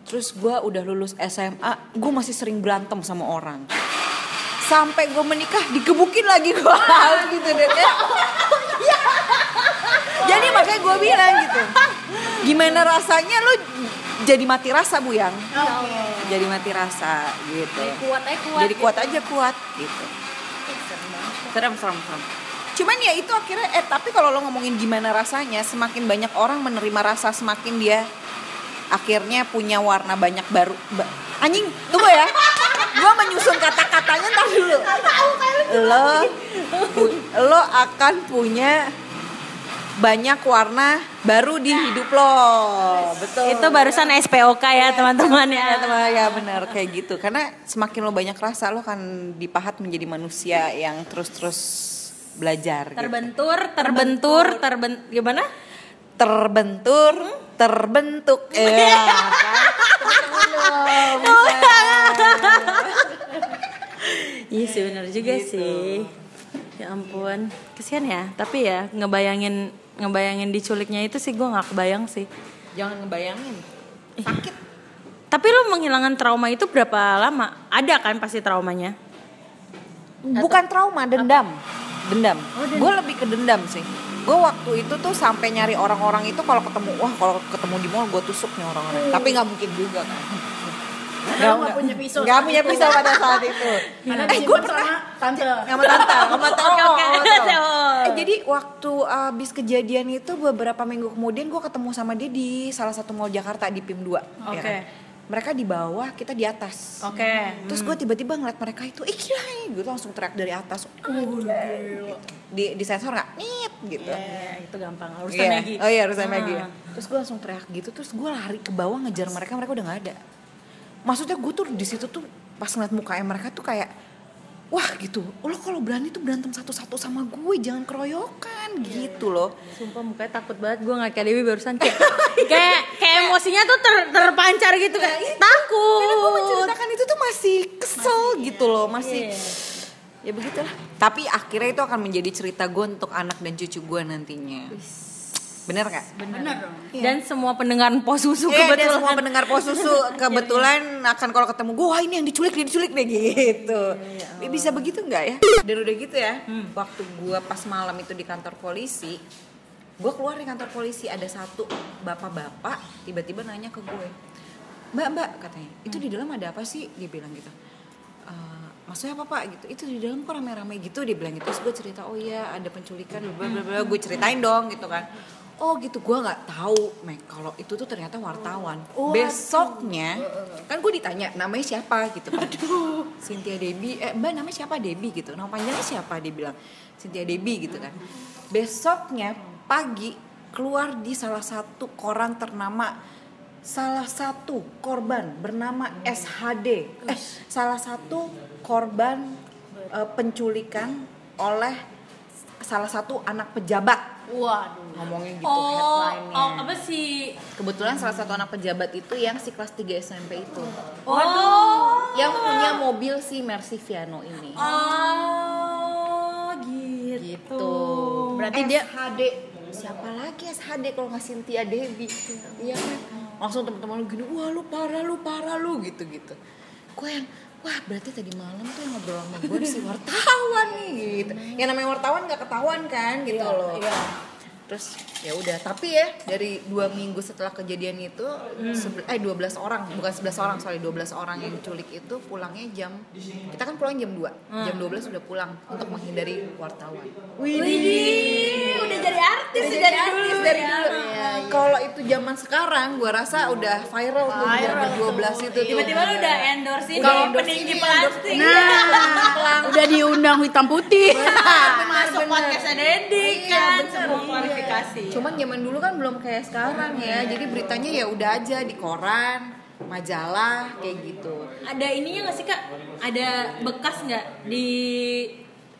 Speaker 1: Terus gue udah lulus SMA, gue masih sering berantem sama orang. Sampai gue menikah digebukin lagi gue gitu deh. Ya. Jadi makanya gue bilang gitu. Gimana rasanya lo jadi mati rasa, Bu Yang? Jadi mati rasa gitu.
Speaker 3: Kuat aja kuat.
Speaker 1: Jadi kuat aja kuat gitu. Serem, serem, serem. Cuman ya itu akhirnya eh tapi kalau lo ngomongin gimana rasanya, semakin banyak orang menerima rasa semakin dia akhirnya punya warna banyak baru. ba- Anjing, tunggu ya. Gua menyusun kata-katanya ntar dulu. Lo pu- lo akan punya banyak warna baru di hidup lo. Betul.
Speaker 5: itu barusan SPOK ya teman-teman
Speaker 4: Kan
Speaker 5: ya
Speaker 1: Ya, teman, ya benar kayak gitu. Karena semakin lo banyak rasa lo akan dipahat menjadi manusia yang terus-terus belajar. gitu.
Speaker 3: Terbentur,
Speaker 5: terbentur terben gimana
Speaker 1: Terbentur, terbentuk. Ya, kan?
Speaker 5: Iya sih benar juga sih. Ya ampun, kesian ya. Tapi ya ngebayangin ngebayangin diculiknya itu sih gue nggak kebayang sih.
Speaker 1: Jangan ngebayangin. Sakit.
Speaker 5: Tapi lo menghilangkan trauma itu berapa lama? Ada kan pasti traumanya.
Speaker 1: Bukan trauma, dendam. Dendam.
Speaker 4: Oh,
Speaker 1: Gue lebih ke dendam sih. Gue waktu itu tuh sampai nyari orang-orang itu kalau ketemu, wah kalau ketemu di mall gue tusuk nih orang-orang. Tapi nggak mungkin juga kan.
Speaker 4: Karena nggak punya pisau.
Speaker 1: Gak punya pisau pada saat itu.
Speaker 4: Karena
Speaker 1: eh gue
Speaker 4: disimpan
Speaker 1: pernah
Speaker 4: sama tante.
Speaker 1: sama tante sama tante
Speaker 5: Oke, oke.
Speaker 1: sama tante.
Speaker 5: Tante.
Speaker 1: Eh, jadi waktu abis kejadian itu beberapa minggu kemudian gue ketemu sama dia di salah satu mall Jakarta di PIM 2
Speaker 5: Oke.
Speaker 1: ya kan? mereka di bawah kita di
Speaker 4: Oh.
Speaker 1: atas
Speaker 5: Oke.
Speaker 1: terus gue tiba-tiba ngeliat mereka itu ih gila gue langsung teriak dari atas "Oh, di di sensor nggak nit gitu
Speaker 5: Ya, itu gampang. Urusan
Speaker 1: Iya.
Speaker 5: lagi.
Speaker 1: Oh iya urusan Maggie ya. Terus gue langsung teriak gitu, terus gue lari ke bawah ngejar mereka, mereka udah nggak ada. Maksudnya gue tuh di situ tuh pas ngeliat mukanya mereka tuh kayak wah gitu. Lo kalau berani tuh berantem satu-satu sama gue, jangan keroyokan gitu loh.
Speaker 5: Sumpah mukanya takut banget gue nggak kayak Dewi barusan kayak kayak, kayak emosinya tuh ter- terpancar gitu kayak
Speaker 1: Karena gue
Speaker 5: takut.
Speaker 1: menceritakan itu tuh masih kesel gitu loh, masih ya begitulah. Tapi akhirnya itu akan menjadi cerita gue untuk anak dan cucu gue nantinya. Bener gak?
Speaker 4: Bener dong.
Speaker 5: Dan semua pendengar pos susu
Speaker 1: Iya, dan
Speaker 5: kebetulan.
Speaker 1: semua pendengar pos susu kebetulan akan kalau ketemu gue wah ini yang diculik dia diculik deh gitu Eh, bisa begitu nggak ya dan udah gitu ya waktu gue pas malam itu di kantor polisi gue keluar di kantor polisi ada satu bapak-bapak tiba-tiba nanya ke gue mbak mbak katanya itu di dalam ada apa sih dia bilang gitu "Eh, maksudnya apa pak gitu itu di dalam kok rame-rame gitu dia bilang gitu terus gue cerita oh iya ada penculikan bla bla bla gue ceritain dong gitu kan oh gitu gue nggak tahu Mek kalau itu tuh ternyata wartawan besoknya kan gue ditanya namanya siapa gitu aduh Cynthia Debi eh mbak namanya siapa Debi gitu nama panjangnya siapa dia bilang Cynthia Debi gitu kan besoknya pagi keluar di salah satu koran ternama salah satu korban bernama SHD eh salah satu korban eh, penculikan oleh salah satu anak pejabat
Speaker 4: Waduh.
Speaker 1: ngomongnya gitu
Speaker 5: Oh,
Speaker 1: headline-nya.
Speaker 5: oh, apa sih?
Speaker 1: kebetulan salah satu anak pejabat itu yang si kelas 3 SMP itu
Speaker 3: Oh,
Speaker 5: Waduh.
Speaker 1: yang punya mobil si Mercy Viano ini
Speaker 5: Oh, gitu.
Speaker 1: tuh berarti dia HD siapa lagi SHD kalau nggak Cynthia Devi iya kan langsung teman-teman lu gini wah lu parah lu parah lu gitu gitu gue yang wah berarti tadi malam tuh yang ngobrol sama Iya, gue si wartawan nih gitu yang namanya wartawan nggak ketahuan kan gitu loh terus ya udah tapi ya dari dua minggu setelah kejadian itu sebe- eh 12 orang bukan 11 orang sorry 12 orang yang diculik itu pulangnya jam kita kan pulang jam 2
Speaker 3: Hmm.
Speaker 1: jam 12 udah pulang untuk menghindari wartawan
Speaker 3: Widih, udah jadi artis
Speaker 1: Udah
Speaker 3: sih
Speaker 1: jadi
Speaker 3: dari dulu.
Speaker 1: artis dari dulu.
Speaker 3: iya,
Speaker 1: Kalau itu zaman sekarang, gua rasa udah viral tuh di zaman 12 itu. tuh.
Speaker 3: Tiba-tiba lu udah ya, endorse ini
Speaker 1: Udah endorse
Speaker 3: peninggi
Speaker 1: ini,
Speaker 3: plastik.
Speaker 4: Nah, udah diundang hitam putih.
Speaker 5: Nah,
Speaker 3: Masuk podcastnya Dendi
Speaker 1: Iya,
Speaker 3: kan
Speaker 1: bener.
Speaker 3: semua klarifikasi.
Speaker 1: Cuman zaman dulu kan belum kayak sekarang ya. Jadi beritanya ya udah aja di koran, majalah kayak gitu.
Speaker 3: Ada ininya nggak sih kak? Ada bekas nggak di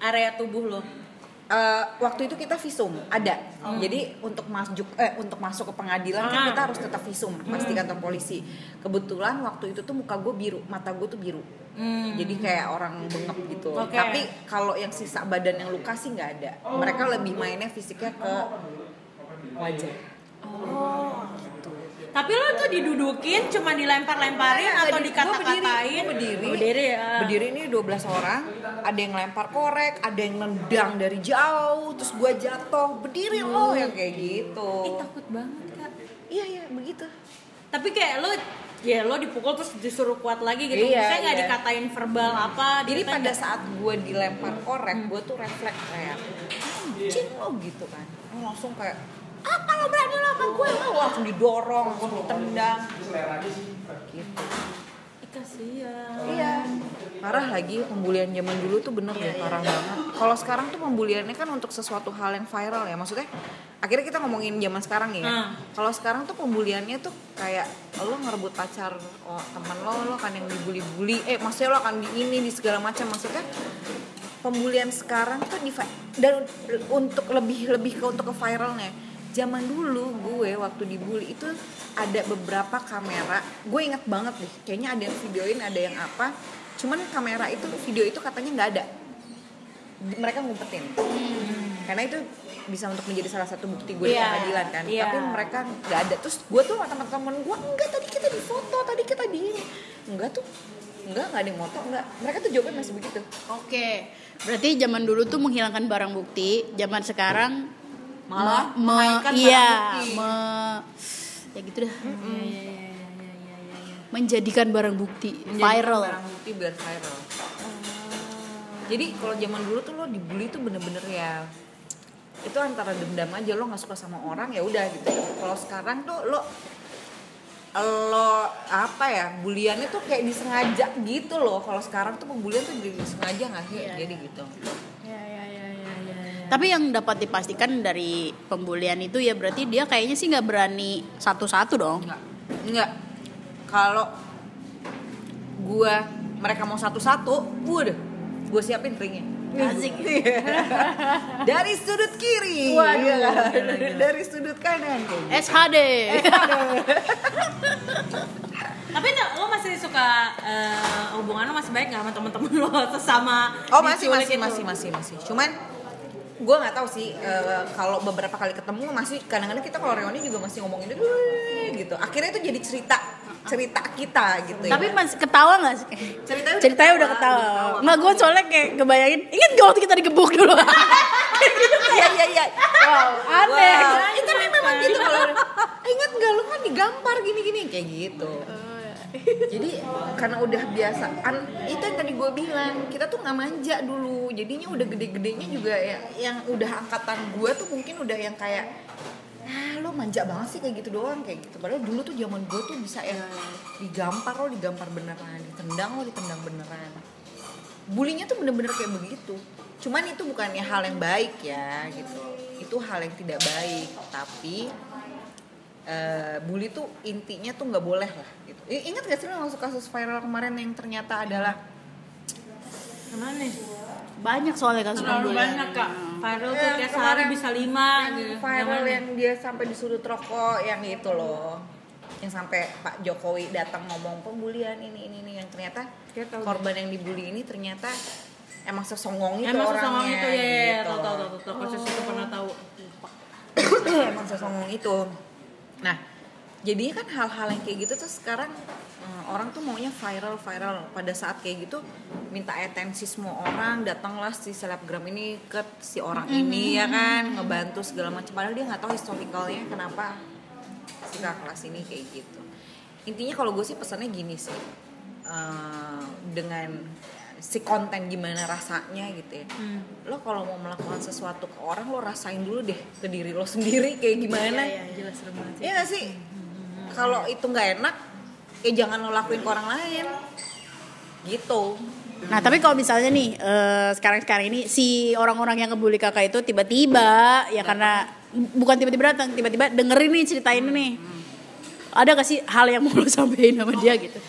Speaker 3: area tubuh lo?
Speaker 1: Eh, waktu itu kita visum ada jadi untuk masuk eh untuk masuk ke pengadilan kan
Speaker 3: Hmm. Ah. Hmm.
Speaker 1: kita harus tetap visum pasti kantor polisi kebetulan waktu itu tuh muka gue biru mata gue tuh biru jadi kayak orang bengep gitu
Speaker 3: Hmm. Oke.
Speaker 1: tapi kalau yang sisa badan yang luka sih nggak ada mereka lebih mainnya fisiknya ke wajah
Speaker 3: Tapi lo tuh didudukin, cuma dilempar-lemparin
Speaker 1: Nggak,
Speaker 3: Iya, atau
Speaker 1: nggak,
Speaker 3: dikata-katain?
Speaker 1: gua Iya, berdiri, gua
Speaker 3: Berdiri ya.
Speaker 1: berdiri ini 12 orang ada yang lempar korek ada yang nendang dari jauh terus gue jatuh berdiri lo yang kayak gitu
Speaker 3: Ih takut banget kak.
Speaker 1: iya iya begitu
Speaker 3: Tapi kayak lo ya lo dipukul terus disuruh kuat lagi gitu.
Speaker 1: Iya,
Speaker 3: Saya nggak
Speaker 1: iya.
Speaker 3: dikatain verbal apa.
Speaker 1: Jadi
Speaker 3: dikatain-
Speaker 1: pada saat gue dilempar korek, gue tuh refleks kayak anjing lo gitu kan. Lo langsung kayak apa lo berani lo sama gue? Lo langsung didorong, langsung ditendang. Gitu.
Speaker 3: Ih, kasihan.
Speaker 1: Iya. Parah lagi pembulian zaman dulu tuh bener ya parah banget. Kalau sekarang tuh pembuliannya kan untuk sesuatu hal yang viral ya. Maksudnya akhirnya kita ngomongin zaman sekarang ya.
Speaker 3: Hmm.
Speaker 1: Kalau sekarang tuh pembuliannya tuh kayak lo ngerebut pacar oh, teman lo, lo kan yang dibully-bully. Eh maksudnya lo akan di ini di segala macam maksudnya pembulian sekarang tuh di vi- dan untuk lebih lebih ke untuk ke viralnya zaman dulu gue waktu dibully itu ada beberapa kamera gue inget banget deh kayaknya ada yang videoin ada yang apa cuman kamera itu video itu katanya nggak ada Di- mereka ngumpetin karena itu bisa untuk menjadi salah satu bukti gue di
Speaker 3: Hmm. Iya,
Speaker 1: pengadilan kan
Speaker 3: iya.
Speaker 1: tapi mereka nggak ada terus gue tuh sama teman-teman gue enggak tadi kita di foto tadi kita di ini." enggak tuh enggak nggak ada yang moto enggak mereka tuh jawabnya masih begitu
Speaker 4: Oke, berarti zaman dulu tuh menghilangkan barang bukti, zaman sekarang
Speaker 1: Malah
Speaker 4: me- me-
Speaker 1: memainkan barang
Speaker 4: iya,
Speaker 1: bukti.
Speaker 4: me- ya gitu dah. ya, Menjadikan barang bukti viral.
Speaker 1: barang bukti biar viral jadi kalau zaman dulu tuh lo dibully tuh bener-bener ya itu antara dendam aja lo nggak suka sama orang ya udah gitu kalau sekarang tuh lo lo apa ya buliannya tuh kayak disengaja gitu loh kalau sekarang tuh pembulian tuh disengaja nggak sih jadi gitu
Speaker 4: Ya, Tapi yang dapat dipastikan dari pembulian itu ya berarti dia kayaknya sih nggak berani satu-satu dong.
Speaker 1: Enggak. Enggak. Kalau gua mereka mau satu-satu, waduh, gue siapin ringnya. Asik. Dari sudut kiri.
Speaker 4: Waduh.
Speaker 1: Iya kan? Dari sudut kanan. kayak gitu.
Speaker 4: SHD.
Speaker 3: Tapi tak- lo masih suka eh, hubungan lo masih baik nggak sama temen-temen lo sesama
Speaker 1: Oh masih masih
Speaker 3: diculik itu?
Speaker 1: masih masih masih. Cuman gue nggak tahu sih eh, kalau beberapa kali ketemu masih kadang-kadang kita kalau reuni juga masih ngomongin itu gitu. Akhirnya itu jadi cerita cerita kita gitu. ya.
Speaker 4: Tapi pas ketawa nggak sih?
Speaker 1: Ceritanya udah
Speaker 4: Ceritanya udah
Speaker 1: ketawa,
Speaker 4: ketawa.
Speaker 1: udah ketawa.
Speaker 4: Nggak gue soalnya kayak kebayangin. Ingat gak waktu kita digebuk dulu?
Speaker 1: Iya iya iya. Wow,
Speaker 4: aneh.
Speaker 1: Eh, tapi memang gitu kalau ingat nggak lu kan digampar gini-gini kayak gitu. Jadi karena udah biasa, an- itu yang tadi gue bilang kita tuh nggak manja dulu, jadinya udah gede-gedenya juga yang yang udah angkatan gue tuh mungkin udah yang kayak ah lo manja banget sih kayak gitu doang kayak gitu padahal dulu tuh zaman gue tuh bisa yang digampar lo digampar beneran ditendang lo ditendang beneran bulinya tuh bener-bener kayak begitu cuman itu bukannya hal yang baik ya gitu itu hal yang tidak baik tapi eh bully tuh intinya tuh nggak boleh lah gitu I- ingat gak sih lo masuk kasus viral kemarin yang ternyata adalah
Speaker 3: Gimana nih?
Speaker 4: Banyak soalnya kasus ya.
Speaker 3: Terlalu
Speaker 4: pembulian.
Speaker 3: banyak kak. Viral
Speaker 1: Yang
Speaker 3: tuh tiap sehari
Speaker 1: Iya, kemarin
Speaker 3: bisa lima. gitu.
Speaker 1: yang viral
Speaker 3: Yang mana?
Speaker 1: yang dia sampai disudut rokok yang itu loh yang sampai Pak Jokowi datang ngomong pembulian ini ini ini yang ternyata
Speaker 3: Dia tahu
Speaker 1: korban yang dibully ini ternyata emang sesongong itu
Speaker 3: Emang sesongong
Speaker 1: Gitu orangnya
Speaker 3: itu ya, ya, ya,
Speaker 1: gitu.
Speaker 3: tau tau tau tau, tau kasus itu pernah tahu.
Speaker 1: emang sesongong itu nah jadinya kan hal-hal yang kayak gitu tuh sekarang Hmm, orang tuh maunya viral viral pada saat kayak gitu minta atensi semua orang datanglah si selebgram ini ke si orang ini ya kan ngebantu segala macam padahal dia nggak tahu historicalnya kenapa si kakak kelas ini kayak gitu intinya kalau gue sih pesannya gini sih eh, dengan si konten gimana rasanya gitu ya
Speaker 5: Hmm.
Speaker 1: lo kalau mau melakukan sesuatu ke orang lo rasain dulu deh ke diri lo sendiri kayak gimana
Speaker 5: Iya, jelas serem banget sih.
Speaker 1: Iya gak sih? Kalau itu nggak enak, ya jangan lo lakuin ke orang lain. Gitu.
Speaker 4: Nah tapi kalau misalnya nih eh, sekarang-sekarang ini si orang-orang yang ngebully kakak itu tiba-tiba ya karena bukan tiba-tiba datang tiba-tiba dengerin nih ceritain nih ada gak sih hal yang mau lo sampein sama dia gitu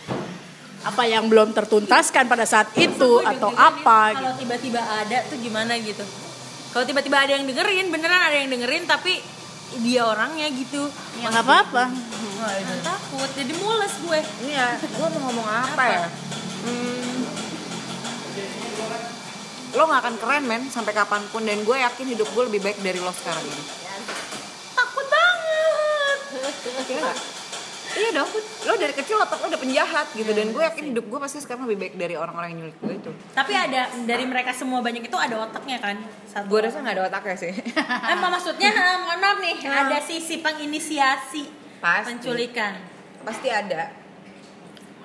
Speaker 4: apa yang belum tertuntaskan pada saat itu atau apa gitu
Speaker 5: Kalau tiba-tiba ada tuh gimana gitu? Kalau tiba-tiba ada yang dengerin, beneran ada yang dengerin tapi dia orangnya gitu.
Speaker 4: ya nggak apa-apa
Speaker 5: Nah, takut, jadi mules gue.
Speaker 1: Ini ya, gue mau ngomong apa, ya? Hmm, lo gak akan keren men sampai kapanpun dan gue yakin hidup gue lebih baik dari lo sekarang ini.
Speaker 5: Takut banget.
Speaker 1: Iya nggak? Iya dong, lo dari kecil otak lo udah penjahat gitu dan gue yakin hidup gue pasti sekarang lebih baik dari orang-orang yang nyulik gue itu.
Speaker 5: Tapi ada dari mereka semua banyak itu ada otaknya kan? Satu.
Speaker 1: Gue rasa nggak ada otaknya sih.
Speaker 5: Eh, ma- maksudnya eh, mohon maaf nih, ada sisi penginisiasi
Speaker 1: Pasti.
Speaker 5: penculikan.
Speaker 1: pasti ada.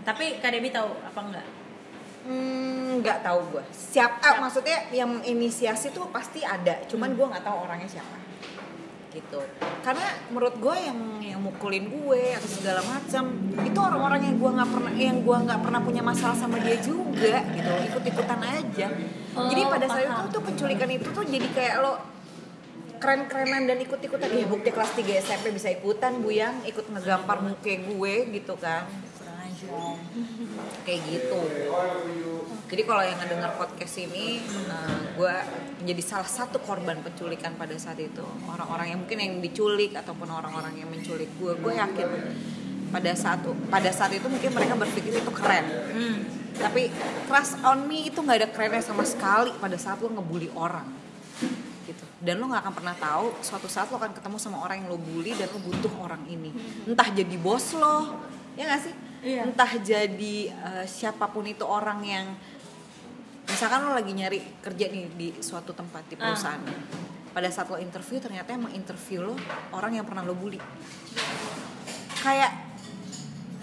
Speaker 5: Tapi Kak Debbie tahu apa enggak?
Speaker 1: Hmm, nggak tahu gue. Siap, ah, maksudnya yang inisiasi tuh pasti ada. Cuman gue nggak tahu orangnya siapa. Gitu. Karena menurut gue yang yang mukulin gue atau segala macam itu orang-orang yang gue nggak pernah yang gua nggak pernah punya masalah sama dia juga gitu. Ikut-ikutan aja. jadi pada saat itu tuh penculikan itu tuh jadi kayak lo keren-kerenan dan ikut-ikutan ya bukti kelas 3 SMP bisa ikutan Bu yang ikut ngegampar muka gue gitu kan kayak gitu jadi kalau yang ngedenger podcast ini gue menjadi salah satu korban penculikan pada saat itu orang-orang yang mungkin yang diculik ataupun orang-orang yang menculik gue gue yakin pada saat pada saat itu mungkin mereka berpikir itu keren tapi trust on me itu nggak ada kerennya sama sekali pada saat lo ngebully orang gitu dan lo nggak akan pernah tahu suatu saat lo akan ketemu sama orang yang lo bully dan lo butuh orang ini entah jadi bos lo ya nggak sih entah jadi eh, siapapun itu orang yang misalkan lo lagi nyari kerja nih di suatu tempat di perusahaan pada saat lo interview ternyata emang interview lo orang yang pernah lo bully kayak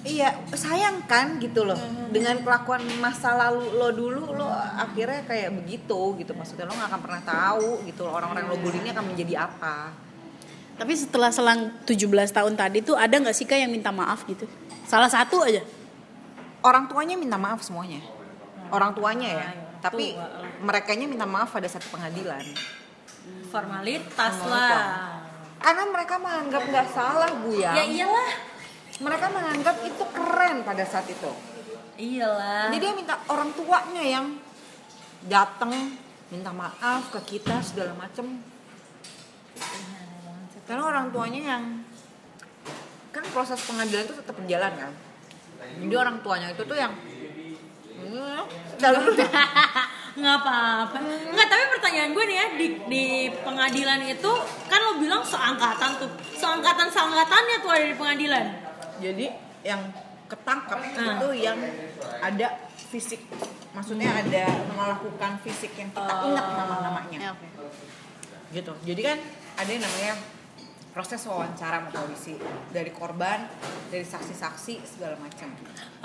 Speaker 1: iya sayang kan gitu loh dengan kelakuan masa lalu lo dulu lo akhirnya kayak begitu gitu maksudnya lo nggak akan pernah tahu gitu loh, orang-orang yang lo bully ini akan menjadi apa
Speaker 4: tapi setelah selang 17 tahun tadi tuh ada nggak sih kak yang minta maaf gitu salah satu aja
Speaker 1: orang tuanya minta maaf semuanya orang tuanya ya tapi mereka minta maaf pada saat pengadilan
Speaker 5: Formalitas
Speaker 1: Formalitas.
Speaker 5: lah.
Speaker 1: karena mereka menganggap nggak salah bu ya
Speaker 5: Ya
Speaker 3: iya.
Speaker 5: iyalah.
Speaker 1: mereka menganggap itu keren pada saat itu
Speaker 5: Iyalah.
Speaker 1: Jadi dia minta orang tuanya yang datang minta maaf ke kita segala macem. Karena orang tuanya yang kan proses pengadilan itu tetap berjalan kan. Jadi orang tuanya itu tuh yang "Iya, dalam
Speaker 5: nggak apa-apa nggak tapi pertanyaan gue nih ya di, di pengadilan itu kan lo bilang seangkatan tuh seangkatan seangkatannya tuh ada di pengadilan
Speaker 1: jadi yang ketangkap itu yang ada fisik maksudnya ada melakukan fisik yang kita ingat nama-namanya.
Speaker 4: Oh. ya, oke.
Speaker 1: gitu jadi kan ada yang namanya proses wawancara sama polisi dari korban dari saksi-saksi segala macam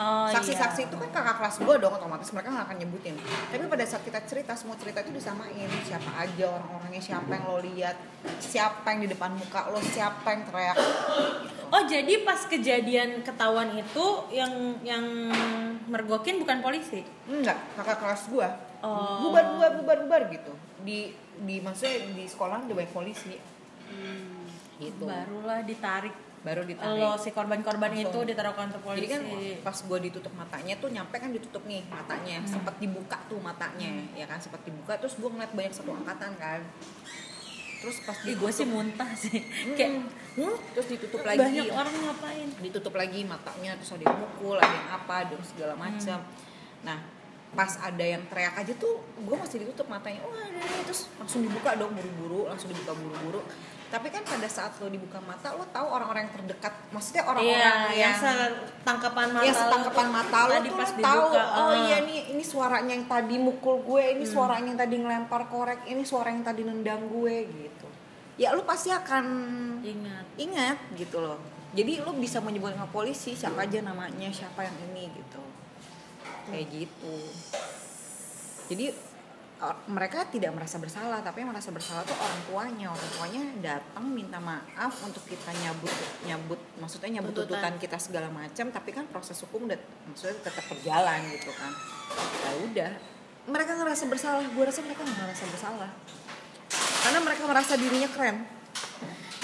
Speaker 5: oh,
Speaker 4: iya.
Speaker 1: saksi-saksi itu kan kakak kelas gue dong otomatis mereka nggak akan nyebutin tapi pada saat kita cerita semua cerita itu disamain siapa aja orang-orangnya siapa yang lo lihat siapa yang di depan muka lo siapa yang teriak
Speaker 5: oh jadi pas kejadian ketahuan itu yang yang mergokin bukan polisi
Speaker 1: enggak kakak kelas gue
Speaker 5: Oh.
Speaker 1: bubar bubar bubar bubar gitu di di maksudnya di sekolah udah banyak polisi gitu
Speaker 5: barulah ditarik
Speaker 1: baru ditarik
Speaker 5: lo Hmm, si korban-korban itu
Speaker 1: Langsung.
Speaker 5: ditaruh ke kantor
Speaker 1: Jadi
Speaker 5: polisi Hmm.
Speaker 1: kan pas gue ditutup matanya tuh nyampe kan ditutup nih matanya, sempat dibuka tuh matanya, ya kan sempat dibuka terus gue ngeliat banyak satu angkatan kan. Terus pas
Speaker 5: Ih, gue sih muntah sih kayak
Speaker 1: Hmm, terus ditutup lagi,
Speaker 5: banyak orang ngapain Hmm.
Speaker 1: ditutup lagi matanya terus ada yang mukul, ada yang apa, ada yang segala macam. Nah pas ada yang teriak aja tuh gue masih ditutup matanya wah ada ada." terus langsung dibuka dong buru-buru langsung dibuka buru-buru tapi kan pada saat lo dibuka mata lo tahu orang-orang yang terdekat maksudnya
Speaker 5: Iya,
Speaker 1: orang-orang
Speaker 5: yang
Speaker 1: yang
Speaker 5: setangkapan mata.
Speaker 1: Iya
Speaker 5: lu
Speaker 1: setangkapan
Speaker 5: tuh
Speaker 1: mata lo
Speaker 5: tadi
Speaker 1: tuh
Speaker 5: pas
Speaker 1: lo tahu
Speaker 5: dibuka,
Speaker 1: oh
Speaker 5: eh. Hmm.
Speaker 1: iya nih ini suaranya yang tadi mukul gue ini suaranya yang tadi ngelempar korek ini suara yang tadi nendang gue gitu ya lu pasti akan
Speaker 5: Ingat.
Speaker 1: ingat gitu loh jadi lu bisa menyebut sama polisi siapa aja namanya siapa yang ini gitu kayak gitu jadi or- mereka tidak merasa bersalah tapi yang merasa bersalah tuh orang tuanya orang tuanya datang minta maaf untuk kita nyabut nyabut maksudnya nyabut
Speaker 5: Tuntutan.
Speaker 1: tuntutan, kita segala macam tapi kan proses hukum udah maksudnya tetap berjalan gitu kan ya udah mereka ngerasa bersalah gue rasa mereka nggak ngerasa bersalah karena mereka merasa dirinya keren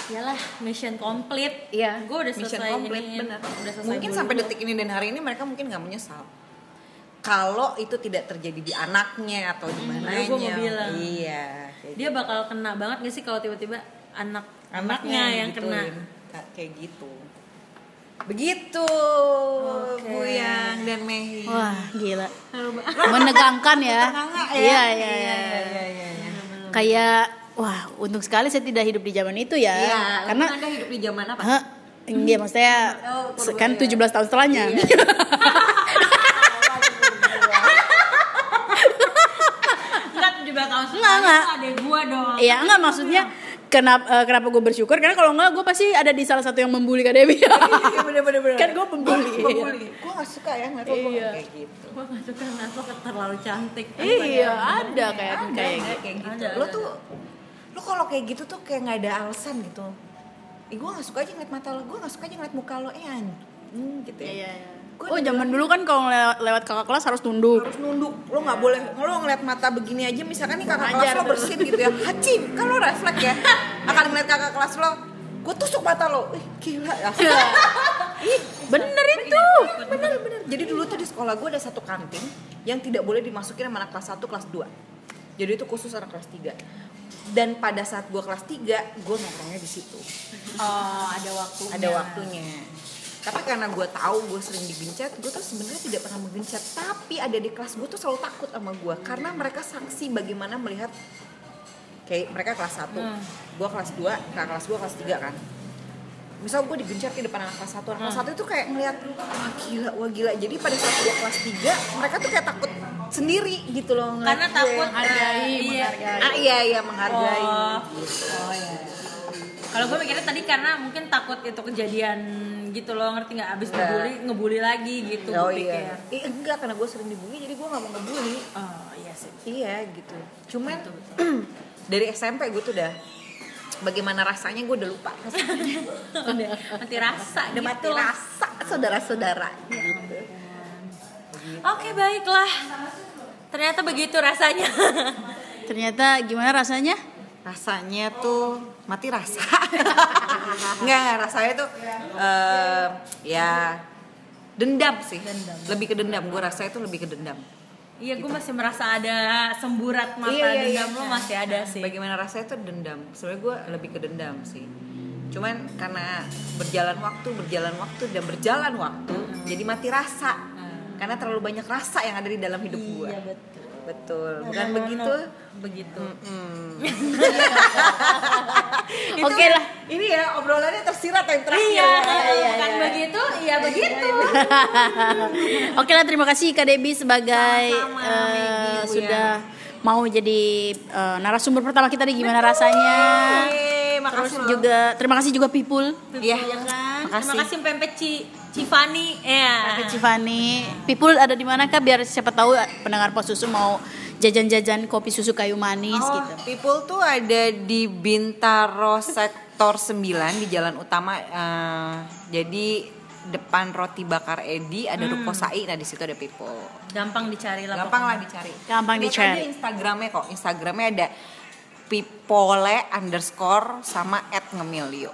Speaker 5: Iyalah, mission complete. Gue udah
Speaker 1: Iya, mission
Speaker 5: selesai
Speaker 1: complete
Speaker 5: iniin.
Speaker 1: benar.
Speaker 5: Udah selesai.
Speaker 1: Mungkin
Speaker 5: buru-buru.
Speaker 1: sampai detik ini dan hari ini mereka mungkin nggak menyesal. Kalau itu tidak terjadi di anaknya atau di mananya.
Speaker 5: baru Hmm, gua mau bilang.
Speaker 1: Iya. kayak
Speaker 5: dia bakal kena banget gak sih kalau tiba-tiba anak
Speaker 1: gitu.
Speaker 5: anaknya yang kena.
Speaker 1: digituin. Ka- Kayak gitu. Begitu, Bu Yang dan Mehi.
Speaker 4: Wah, gila.
Speaker 5: Haru banget.
Speaker 4: Menegangkan ya.
Speaker 1: Kakak ya?
Speaker 4: Iya, iya, iya.
Speaker 1: iya, iya, iya.
Speaker 4: Kayak wah, untung sekali saya tidak hidup di zaman itu ya.
Speaker 1: Iya,
Speaker 4: Karena
Speaker 1: Anda hidup di zaman apa?
Speaker 4: Hah? Iya, maksudnya
Speaker 1: Oh, Iya.
Speaker 4: kan 17 tahun setelahnya.
Speaker 5: Enggak 17 tahun
Speaker 4: Enggak, enggak.
Speaker 5: Ada gua dong.
Speaker 4: Iya, enggak maksudnya kenapa eh, kenapa gue bersyukur karena kalau enggak gue pasti ada di salah satu yang membuli Kak Dewi.
Speaker 1: Iya, bener-bener.
Speaker 4: kan gue pembuli.
Speaker 1: Pembuli. Gue gak suka ya ngeliat lo
Speaker 4: Iya.
Speaker 1: kayak gitu.
Speaker 5: Gua gak suka ngeliat lo terlalu cantik.
Speaker 4: Iya, ada kayak
Speaker 1: ada
Speaker 4: kayak
Speaker 1: nggak kayak gitu
Speaker 5: Ada,
Speaker 1: lo
Speaker 5: ada,
Speaker 1: tuh lo kalau kayak gitu tuh kayak nggak ada alasan gitu Ih, gue gak suka aja ngeliat mata lo gue gak suka aja ngeliat muka lo eh an hmm, gitu ya
Speaker 4: Iya,
Speaker 1: Gua
Speaker 4: Oh,
Speaker 1: udah
Speaker 4: zaman dulu kan kalau lewat, lewat kakak kelas harus tunduk.
Speaker 1: harus nunduk lo nggak boleh lo ngeliat mata begini aja misalkan nih kakak kelas
Speaker 4: Ajar
Speaker 1: lo
Speaker 4: tuh.
Speaker 1: bersin gitu ya hacim kan lo refleks ya akan ngeliat kakak kelas lo gue tusuk mata lo ih gila ya
Speaker 4: Bener itu.
Speaker 1: bener bener jadi dulu tuh di sekolah gue ada satu kantin yang tidak boleh dimasukin sama anak kelas 1, kelas 2 jadi itu khusus anak kelas 3 dan pada saat gue kelas 3 gue nongkrongnya di situ
Speaker 5: Oh, ada waktu.
Speaker 1: ada waktunya tapi karena gue tahu gue sering digencet gue tuh sebenarnya tidak pernah menggencet tapi ada di kelas gue tuh selalu takut sama gue karena mereka saksi bagaimana melihat kayak mereka kelas 1
Speaker 5: Hmm.
Speaker 1: gue kelas 2 nah kelas 2 kelas 3 kan misal gue digencar di depan anak kelas 1 anak
Speaker 5: Hmm.
Speaker 1: kelas 1 tuh kayak ngeliat wah gila wah gila jadi pada saat gue kelas 3 mereka tuh kayak takut sendiri gitu loh ngeliat
Speaker 5: Karena
Speaker 1: gue.
Speaker 5: takut
Speaker 4: Menghargai,
Speaker 5: eh, iya.
Speaker 4: menghargai.
Speaker 1: ah iya iya menghargai
Speaker 5: Oh. Kalau gue mikirnya tadi karena mungkin takut itu kejadian gitu loh ngerti nggak abis
Speaker 1: Iya.
Speaker 5: ngebully ngebully lagi gitu
Speaker 1: oh
Speaker 5: gua pikir.
Speaker 1: iya Ih, enggak karena gue sering dibully jadi gue gak mau ngebully
Speaker 5: Oh iya sih.
Speaker 1: Iya gitu. Cuman dari SMP gue tuh udah bagaimana rasanya gue udah lupa.
Speaker 5: Udah mati rasa
Speaker 1: Udah mati
Speaker 5: gitu lah.
Speaker 1: rasa saudara-saudara. Gitu.
Speaker 5: Oke baiklah. Ternyata begitu rasanya.
Speaker 4: Ternyata gimana rasanya?
Speaker 1: Rasanya tuh mati rasa. Enggak, enggak, rasanya tuh eh, ya dendam sih. Lebih ke dendam. Gue rasanya tuh lebih ke dendam.
Speaker 5: Iya, gue masih merasa ada semburat mata
Speaker 1: Iya, iya,
Speaker 5: dendam
Speaker 1: iya.
Speaker 5: lo masih ada sih.
Speaker 1: Bagaimana rasanya tuh dendam. Sebenarnya gue lebih ke dendam sih. Cuman karena berjalan waktu, berjalan waktu dan berjalan waktu,
Speaker 5: Hmm.
Speaker 1: jadi mati rasa. Karena terlalu banyak rasa yang ada di dalam hidup gue.
Speaker 5: Iya betul. Nah,
Speaker 1: Betul. Bukan
Speaker 5: Nono,
Speaker 1: begitu?
Speaker 5: Begitu.
Speaker 1: Hmm. Itu
Speaker 4: Oke lah.
Speaker 1: Ini ya obrolannya tersirat yang terakhir.
Speaker 5: Iya,
Speaker 1: ya.
Speaker 5: bukan begitu, iya begitu.
Speaker 4: Oke lah, terima kasih Kak Debi sebagai
Speaker 5: Sama-sama,
Speaker 4: eh,
Speaker 5: Maggie, Bu, ya.
Speaker 4: sudah mau jadi eh, narasumber pertama kita nih gimana rasanya.
Speaker 1: Yeay,
Speaker 4: Terus
Speaker 1: makasih loh.
Speaker 4: juga terima kasih juga Pipul.
Speaker 1: Iya.
Speaker 5: ya kan? Terima kasih Pempek Ci Cifani. Iya.
Speaker 4: Kak Cifani, Pipul ada di mana kak? Biar siapa tahu eh, pendengar pos susu mau jajan-jajan kopi susu kayu manis
Speaker 1: Oh,
Speaker 4: gitu.
Speaker 1: People tuh ada di Bintaro sektor 9 di jalan utama. eh, jadi depan roti bakar Edi ada ruko Sai. Nah, di situ ada People.
Speaker 5: Gampang dicari lah.
Speaker 1: Gampang lah dicari.
Speaker 4: Gampang
Speaker 1: Lihat
Speaker 4: dicari.
Speaker 1: aja Instagramnya kok. Instagramnya ada pipole underscore sama at ngemilio.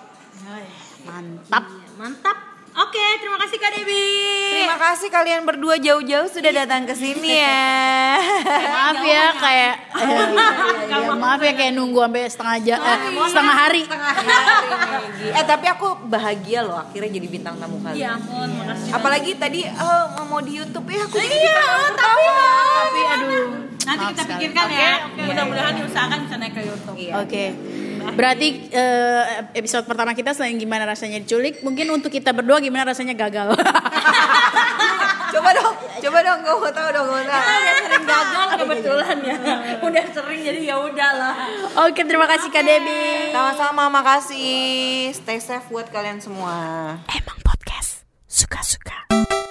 Speaker 4: Mantap.
Speaker 5: pokoknya. Mantap. Oke, terima kasih Kak Debi.
Speaker 1: Terima kasih kalian berdua jauh-jauh sudah datang ke sini ya.
Speaker 4: Maaf ya kayak eh, iya, iya, iya. maaf ya kayak nunggu sampai setengah jam eh, setengah hari.
Speaker 1: eh tapi aku bahagia loh akhirnya jadi bintang
Speaker 3: Iya,
Speaker 1: tamu kalian.
Speaker 5: Ya ampun, makasih.
Speaker 1: Apalagi tadi eh, oh, mau- mau di YouTube ya aku jadi
Speaker 5: Iya,
Speaker 1: bintang tamu
Speaker 5: tapi
Speaker 1: pertama.
Speaker 4: tapi aduh.
Speaker 3: Nanti
Speaker 4: maaf
Speaker 3: kita
Speaker 4: sekali.
Speaker 3: pikirkan
Speaker 4: Oke,
Speaker 3: ya.
Speaker 4: oke.
Speaker 3: Mudah-mudahan diusahakan bisa naik ke YouTube.
Speaker 1: Iya.
Speaker 4: Oke. Berarti eh, episode pertama kita selain gimana rasanya diculik, mungkin untuk kita berdua gimana rasanya gagal.
Speaker 1: Coba dong, coba dong gue mau tahu dong, gue mau
Speaker 5: Iya.
Speaker 1: tahu.
Speaker 3: Kita udah sering gagal kebetulan ya. Udah sering jadi ya udahlah.
Speaker 4: Oke, terima kasih Kak Debbie.
Speaker 1: Sama-sama, makasih. Stay safe buat kalian semua.
Speaker 4: Emang podcast suka-suka.